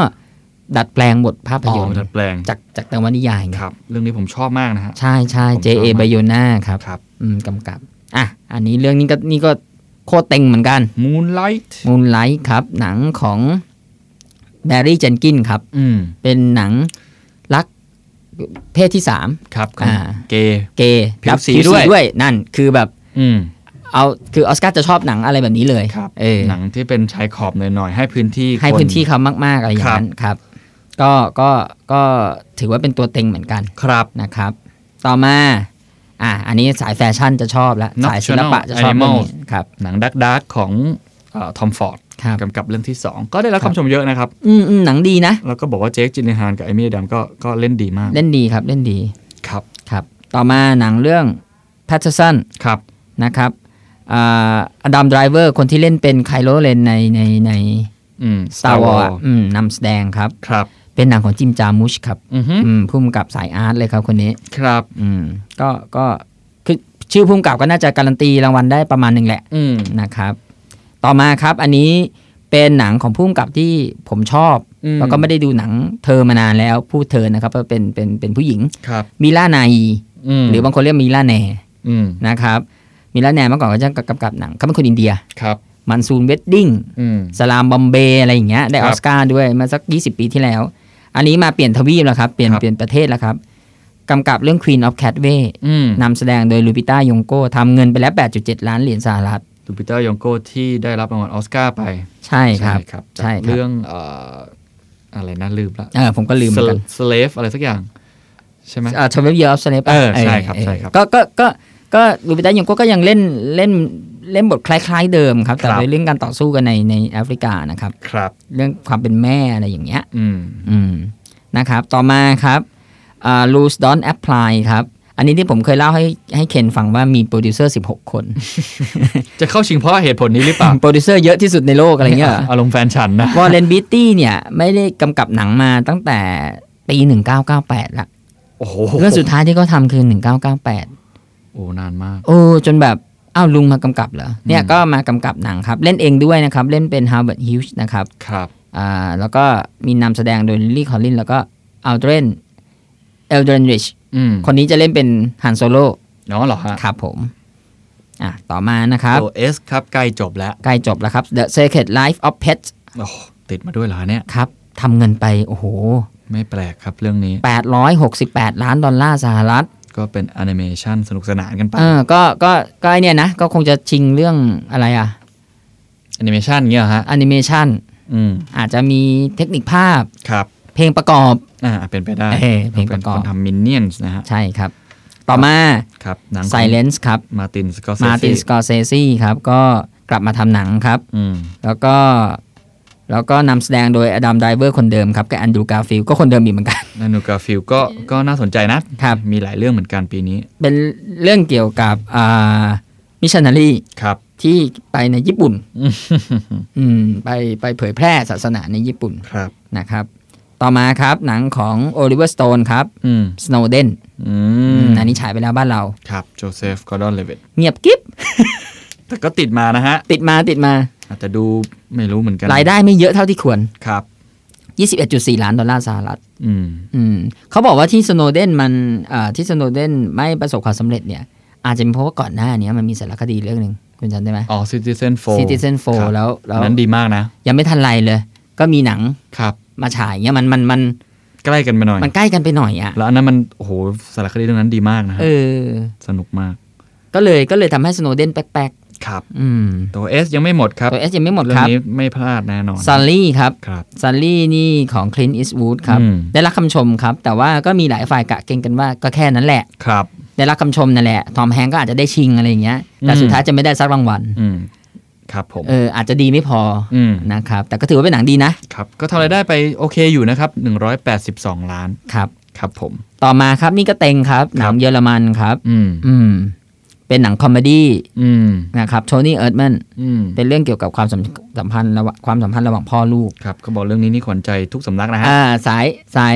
S3: ดัดแปลงบทภาพ
S2: อ๋
S3: ย
S2: อ
S3: นตร์
S2: ดัดแปลง
S3: จากจากนวนิยายไง
S2: ครับ เรื่องนี้ผมชอบมากนะฮะ
S3: ใช่ใช่
S2: ผมชอบ
S3: J.A.
S2: มาก
S3: b a y o n a ครับ
S2: ครับ
S3: อืมกำกับ อ่ะ อันนี้เรื่องนี้ก็นี่ก็โคตรเต็งเหมือนกัน
S2: Moonlight
S3: Moonlight ครับ หนังของ Barry Jenkins ครับ
S2: อืม
S3: เป็นหนังรักเพศที่สาม
S2: ครับ
S3: อ่า
S2: เกย์
S3: เกย์
S2: ผิว
S3: รับ
S2: สีด้วย
S3: ด้วยนั่นคือแบบ
S2: อืม
S3: เอาคือออสการ์จะชอบหนังอะไรแบบนี้เลย
S2: ครับ
S3: เออ
S2: หนังที่เป็นชายขอบหน่อยๆ ให้พื้นที่
S3: ให้
S2: ค
S3: พื้นที่เขามาก ๆ อะไรอย่า
S2: ครั
S3: ง
S2: บ
S3: นั้นครับ ก็ก็ก็ถือว่าเป็นตัวเต็งเหมือนกัน
S2: ครับ
S3: นะครับ ต่อมา อ่ะอันนี้สายแฟชั่นจะชอบแล้ว
S2: Nocturnal
S3: สายศิลปะจะชอบเรื่องนี้
S2: Animals
S3: ครับ
S2: หนังดักดักของทอมฟอร์ด
S3: ครับ
S2: กำกับเรื่องที่ 2 ก็ได้รับ
S3: ครับ
S2: คำชมเยอะนะครับ
S3: อืมอืมหนังดีนะ
S2: แล้วก็บอกว่าเจคจินเนฮานกับไอมี่ดัมก็ก็เล่นดีมาก
S3: เล่นดีครับเล่นดี
S2: ครับ
S3: ครับ ต่อมาหนังเรื่อง Patterson
S2: ครับ
S3: นะครับอ่าอดัมไดรเวอร์คนที่เล่นเป็นไคลโลเลนในในใน
S2: อืม
S3: Star Wars อืมนำแสดงครับ
S2: ครับ
S3: เป็นหนังของจิมจามุชครับ
S2: อือฮึ
S3: อืมพุ่มกับสายอาร์ตเลยครับคนนี้
S2: ครับ
S3: อืมก็ก็คือชื่อภูมิกับก็น่าจะการันตีรางวัลได้ประมาณหนึ่งแหละ
S2: อืม
S3: นะครับ ต่อมาครับอันนี้เป็นหนังของภูมิกับที่ผมชอบ
S2: อื
S3: แล้วก็ไม่ได้ดูหนังเธอมานานแล้วพูดเธอนะครับเพราะเป็นเป็นเป็นผู้หญิง
S2: ครับ
S3: มิล่านายี
S2: ม
S3: หรือบางคนเรียกมิล่าแน
S2: อืม
S3: นะครับมิล่าแนเมื่อก่อนก็จะกำกับหนังเขาเป็นคนอินเดีย
S2: ครับ
S3: มันซูนเวดดิ้ง
S2: อืม
S3: สลามบอมเบย์อะไรอย่างเงี้ยได้
S2: ครั
S3: อบ อสการ์ด้วยเมาสัก 20 ปีที่แล้ว อันนี้มาเปลี่ยนทวีปแล้วครับเปลี่ยน
S2: ครับ
S3: เปลี่ยนประเทศแล้วครับ กำกับเรื่อง Queen of Catway
S2: อืม
S3: นำแสดงโดยลูปิต้ายงโก้ทำเงินไปแล้ว 8.7 ล้านเหรียญสหรัฐ
S2: ดูปีเตอร์ยองโกที่ได้รับรางวัลออสการ์ไป
S3: ใช่ครับ
S2: จาก
S3: ใช่ครับ
S2: เรื่องเอ่ออะไรนะลืมละ
S3: เออผมก็ลืมเหมือนกัน
S2: สเลฟอะไรสักอย่าง ใช่ไหม
S3: อ่าทเวฟเยอร์ออฟสเนป
S2: เออใช่ครับใช่ครับ
S3: ก็ก็ก็ก็ลูปิต้ายงโก้ก็ยังเล่นเล่นเล่นบทคล้ายๆเดิมครับ แต่
S2: ครับ
S3: ในเรื่องการต่อสู้กันในในแอฟริกานะครับ
S2: ครับ
S3: เรื่องความเป็นแม่อะไรอย่างเงี้ย
S2: อืม
S3: อืมนะครับ ต่อมาครับลูสดอนแอ p พลายครับ อันนี้ที่ผมเคยเล่าให้ให้เคนฟังว่ามีโปรดิวเซอร์ 16 คน
S2: จะเข้าชิงเพราะเหตุผลนี้หรือเปล่า
S3: โปรดิวเซอร์เยอะที่สุดในโลกอะไรเงี้ ยเหรอ
S2: อารมณ์แฟนฉันนะ
S3: วอร์เรนบิตตี้เนี่ย ไม่ได้กำกับหนังมาตั้งแต่ปี 1998 ละ
S2: โอ้โห
S3: เรื่องสุดท้ายที่เขาทำคือ 1998
S2: โอ้นานมาก
S3: โอ้ จนแบบ อ้าวลุงมากำกับเหรอ เนี่ยก็มากำกับหนังครับ เล่นเองด้วยนะครับ เล่นเป็น Howard Hughes นะครับ
S2: ครับ
S3: อ่าแล้วก็มีนำแสดงโดย Lily Collins แล้วก็ Aldrin Aldrin Rich
S2: อืม
S3: คนนี้จะเล่นเป็นฮันโซโล
S2: น้องเหรอฮะ
S3: ครับผม อ่ะ ต่อมานะครับ
S2: ตัวเอสครับใกล้จบแล้ว
S3: ใกล้จบแล้วครับ The Secret Life of Pets
S2: โอ้โหติดมาด้วยเหรอเนี่ย
S3: ครับทำเงินไป โอ้โห
S2: ไม่แปลกครับเรื่องนี้
S3: 868 ล้านดอลลาร์สหรัฐ
S2: ก็เป็นแอนิเมชันสนุกสนานกันไป
S3: เออ ก็ ก็ ก็ไอเนี่ยนะ ก็คงจะชิงเรื่องอะไรอะ
S2: แอนิเมชันเงี้ยเหรอฮะ
S3: แอนิเมชัน
S2: อืม
S3: อาจจะมีเทคนิคภาพ
S2: ครับ
S3: เพลงประกอบ
S2: อ่า เป็นไปได้
S3: เออเพลงประกอบ
S2: าคนทำมินเนี่ยนส์นะฮะ
S3: ใช่ครับ ต่อมา
S2: ครับ หนัง
S3: Silence ครับ
S2: มาตินสกอเซ
S3: มาตินสกอร์เซซี่ครับ ก็กลับมาทำหนังครับ
S2: อืม
S3: แล้วก็ แล้วก็นำแสดงโดยอดัมไดเวอร์คนเดิมครับกับแอนดรูกาฟิลก็คนเดิมอีกเหมือน กัน
S2: นานูกาฟิลก็ ก็น่าสนใจนะครับ มีหลายเรื่องเหมือนกันปีนี้
S3: เป็นเรื่องเกี่ยวกับอ่ามิชชันนารี
S2: ครับ
S3: ที่ไปในญี่ปุ่น อืมไปไปเผยแพร่ศาสนาในญี่ปุ่น
S2: ครับ
S3: นะครับ ต่อมาครับหนังของโอลิเวอร์สโตนครับ
S2: อืม
S3: Snowden
S2: อื
S3: อื
S2: ม
S3: มอันนี้ฉายไปแล้วบ้านเรา
S2: ครับ โจเซฟ กอร์ดอน เลวิต
S3: เงียบกิ๊บ
S2: แต่ก็ติดมานะฮะ
S3: ติดมาติดมา
S2: อาจจะดูไม่รู้เหมือนกัน
S3: รายได้ไม่เยอะเท่าที่ควร
S2: ครับ
S3: 21.4 ล้านดอลลาร์สหรัฐ
S2: อืม
S3: อืมเขาบอกว่าที่ Snowden มันเอ่อที่ Snowden ไม่ประสบความสำเร็จเนี่ย อาจจะเป็นเพราะว่าก่อนหน้านี้มันมีสารคดีเรื่องหนึ่งคุณจำได้ไหม
S2: อ๋อ Citizen Four
S3: Citizen
S2: ครับ
S3: 4แล้วแล้ว
S2: นั้นดีมากนะ
S3: ยังไม่ทันไรเลย ก็มีหนัง
S2: ครับ
S3: มาฉายเงี้ยมันมันมัน
S2: ใกล้กันไปหน่อย
S3: มันใกล้กันไปหน่อยอ่ะ
S2: แล้วอันนั้นมัน โอ้โห สารคดีเรื่องนั้นดีมากนะฮะ
S3: เออ
S2: สนุกมาก
S3: ก็เลยก็เลยทำให้สโนเดนแปลก
S2: ครับ
S3: ๆอืม
S2: ตัวเอสยังไม่หมดครับ
S3: ตัวเอสยังไม่หมด
S2: เรื่อง
S3: ครับ
S2: นี้ไม่พลาดแน่นอน
S3: ซัลลี่ครับ
S2: ครับ
S3: ซัลลี่นี่ของคลินอิส w ูดครับ
S2: อืม
S3: ได้รับคำชมครับ แต่ว่าก็มีหลายฝ่ายกะเก่งกันว่าก็แค่นั้นแหละ
S2: ครับ
S3: ได้รับคำชมนั่นแหละ ทอมแฮงก็อาจจะได้ชิงอะไรอย่างเงี้ย แต่
S2: อืม
S3: สุดท้ายจะไม่ได้สักรางวัล
S2: อืม ครับผม
S3: เอออาจจะดีไม่พออ
S2: อืม
S3: นะครับ แต่ก็ถือว่าเป็นหนังดีนะครับ
S2: ก็ทำรายได้ไปโอเคอยู่นะครับ 182 ล้าน
S3: ครับ
S2: ครับผม
S3: ต่อมาครับนี่ก็เต็งครับ หนังเยอรมันครับ
S2: อืม
S3: อืม เป็นหนังคอมเมดี้
S2: อืม
S3: นะครับโทนี่เอิร์ธแมน
S2: อืม
S3: เป็นเรื่องเกี่ยวกับความสัมสัมพันธ์ระหว่างความสัมพันธ์ระหว่างพ่อลูก
S2: ครับเขาบอกเรื่องนี้นี่ขวัญใจทุกสำนักนะฮะ
S3: อ่าสายสาย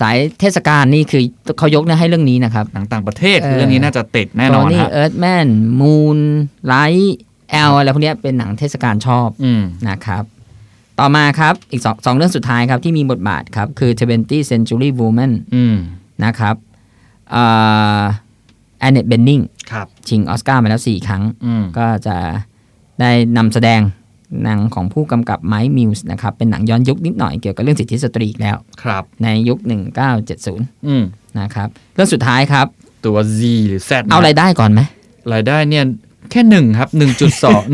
S3: สายเทศกาลนี่คือเขายกนะให้เรื่องนี้นะครับ
S2: หนังต่างประเทศ
S3: เออ
S2: เรื่องนี้น่าจะติดแน่นอน
S3: นี่
S2: ฮะ
S3: เอิร์ธแมนมูนไลท์แอลอะไรพวกเนี้ยเป็นหนังเทศกาลชอบ
S2: อืม
S3: นะครับ ต่อมาครับ อีกสองสองเรื่องสุดท้ายครับที่มีบทบาทครับ คือ 20 Century Woman
S2: อืม
S3: นะครับแอนเนตเบนนิง
S2: ครับ
S3: ชิงออสการ์มาแล้ว 4 ครั้ง
S2: อืม
S3: ก็จะได้นำแสดงหนังของผู้กำกับไมค์มิวส์นะครับ เป็นหนังย้อนยุคนิดหน่อยเกี่ยวกับเรื่องสิทธิสตรีอีกแล้ว
S2: ครับ
S3: ในยุค 1970
S2: อืม
S3: นะครับเรื่องสุดท้ายครับ
S2: ตัว Z หรือ Z นะ
S3: เอารายได้ก่อนไหม
S2: รายได้เนี่ย แค่หนึ่งครับ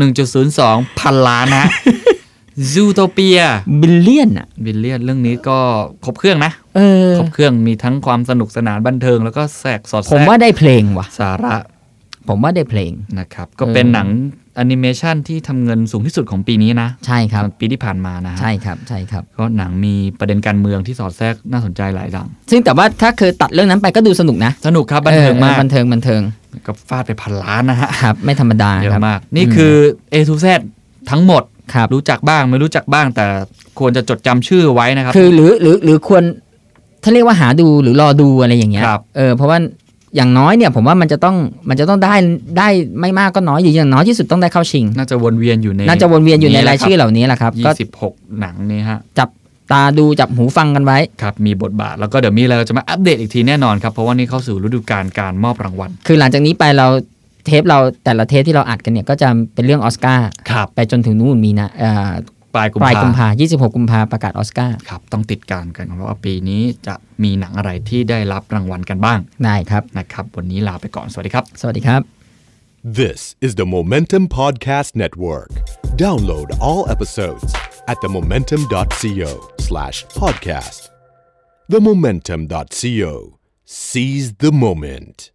S2: 1.2 1.02 พันล้านนะ ซูโตเปีย
S3: บิลเลียนอ่ะ
S2: บิลเลียนเรื่องนี้ก็ครบเครื่องนะ
S3: เออ
S2: ครบเครื่องมีทั้งความสนุกสนานบันเทิง แล้วก็แทรกสอด
S3: ผ
S2: แทร
S3: ม
S2: ก
S3: ว่าได้เพลงว่ะ
S2: สาระ
S3: ผมว่าได้เพลง
S2: นะครับ ก็เป็นหนังแอนิเมชันที่ทำเงินสูงที่สุดของปีนี้นะ
S3: ใช่ครับ
S2: ปีที่ผ่านมานะฮะ
S3: ใช่ครับใช่ครับ
S2: ก็หนังมีประเด็นการเมืองที่สอดแทรกน่าสนใจหลายอย่าง
S3: ซึ่งแต่ว่าถ้าเคยตัดเรื่องนั้นไปก็ดูสนุกนะ
S2: สนุกครับบันเทิงมา
S3: อก อบันเทิงบันเทิง
S2: ก็ฟาดไปพันล้านนะฮะ
S3: ครับ ไม่ธรรมดา
S2: เย
S3: ครับ
S2: อะมาก นี่คือ A to Z ทั้งหมด
S3: ครับ
S2: รู้จักบ้างไม่รู้จักบ้าง แต่ควรจะจดจำชื่อไว้นะครับ
S3: คือหรือหรือหรือควร ถ้าเรียกว่าหาดูหรือรอดูอะไรอย่างเงี้ย
S2: ครับ
S3: เออเพราะว่าอย่างน้อยเนี่ย ผมว่ามันจะต้องมันจะต้องได้ได้ไม่มากก็น้อยอยู่อย่างน้อยที่สุดต้องได้เข้าชิง
S2: น่าจะวนเวียนอยู่ใน
S3: น่าจะวนเวียนอยู่ในรายชื่อเหล่านี้แหละครับก็
S2: ยี่สิบหกหนังนี้ฮะ
S3: จับตาดูจับหูฟังกันไว้
S2: ครับ มีบทบาทแล้วก็เดี๋ยวมีอะไรเราจะมาอัปเดตอีกทีแน่นอนครับ เพราะว่านี่เข้าสู่ฤดูกาลการมอบรางวัล
S3: คือหลังจากนี้ไปเราเทปเราแต่ละเทปที่เราอัดกันเนี่ย ก็จะเป็นเรื่องออสการ์
S2: ครับ
S3: ไปจนถึงนู่นมีนะเอ่อ
S2: ปลายกุม
S3: ปลาย
S2: ภา
S3: กุมภายี่สิบหกกุมภาประกาศออสการ์
S2: ครับ ต้องติดการกันว่าปีนี้จะมีหนังอะไรที่ได้รับรางวัลกันบ้าง
S3: ได้ครับ
S2: นะครับ วันนี้ลาไปก่อนสวัสดีครับ
S3: สวัสดีครับ
S1: This is the Momentum Podcast Network. Download all episodes at themomentum.co slash podcast. Themomentum.co. Seize the moment.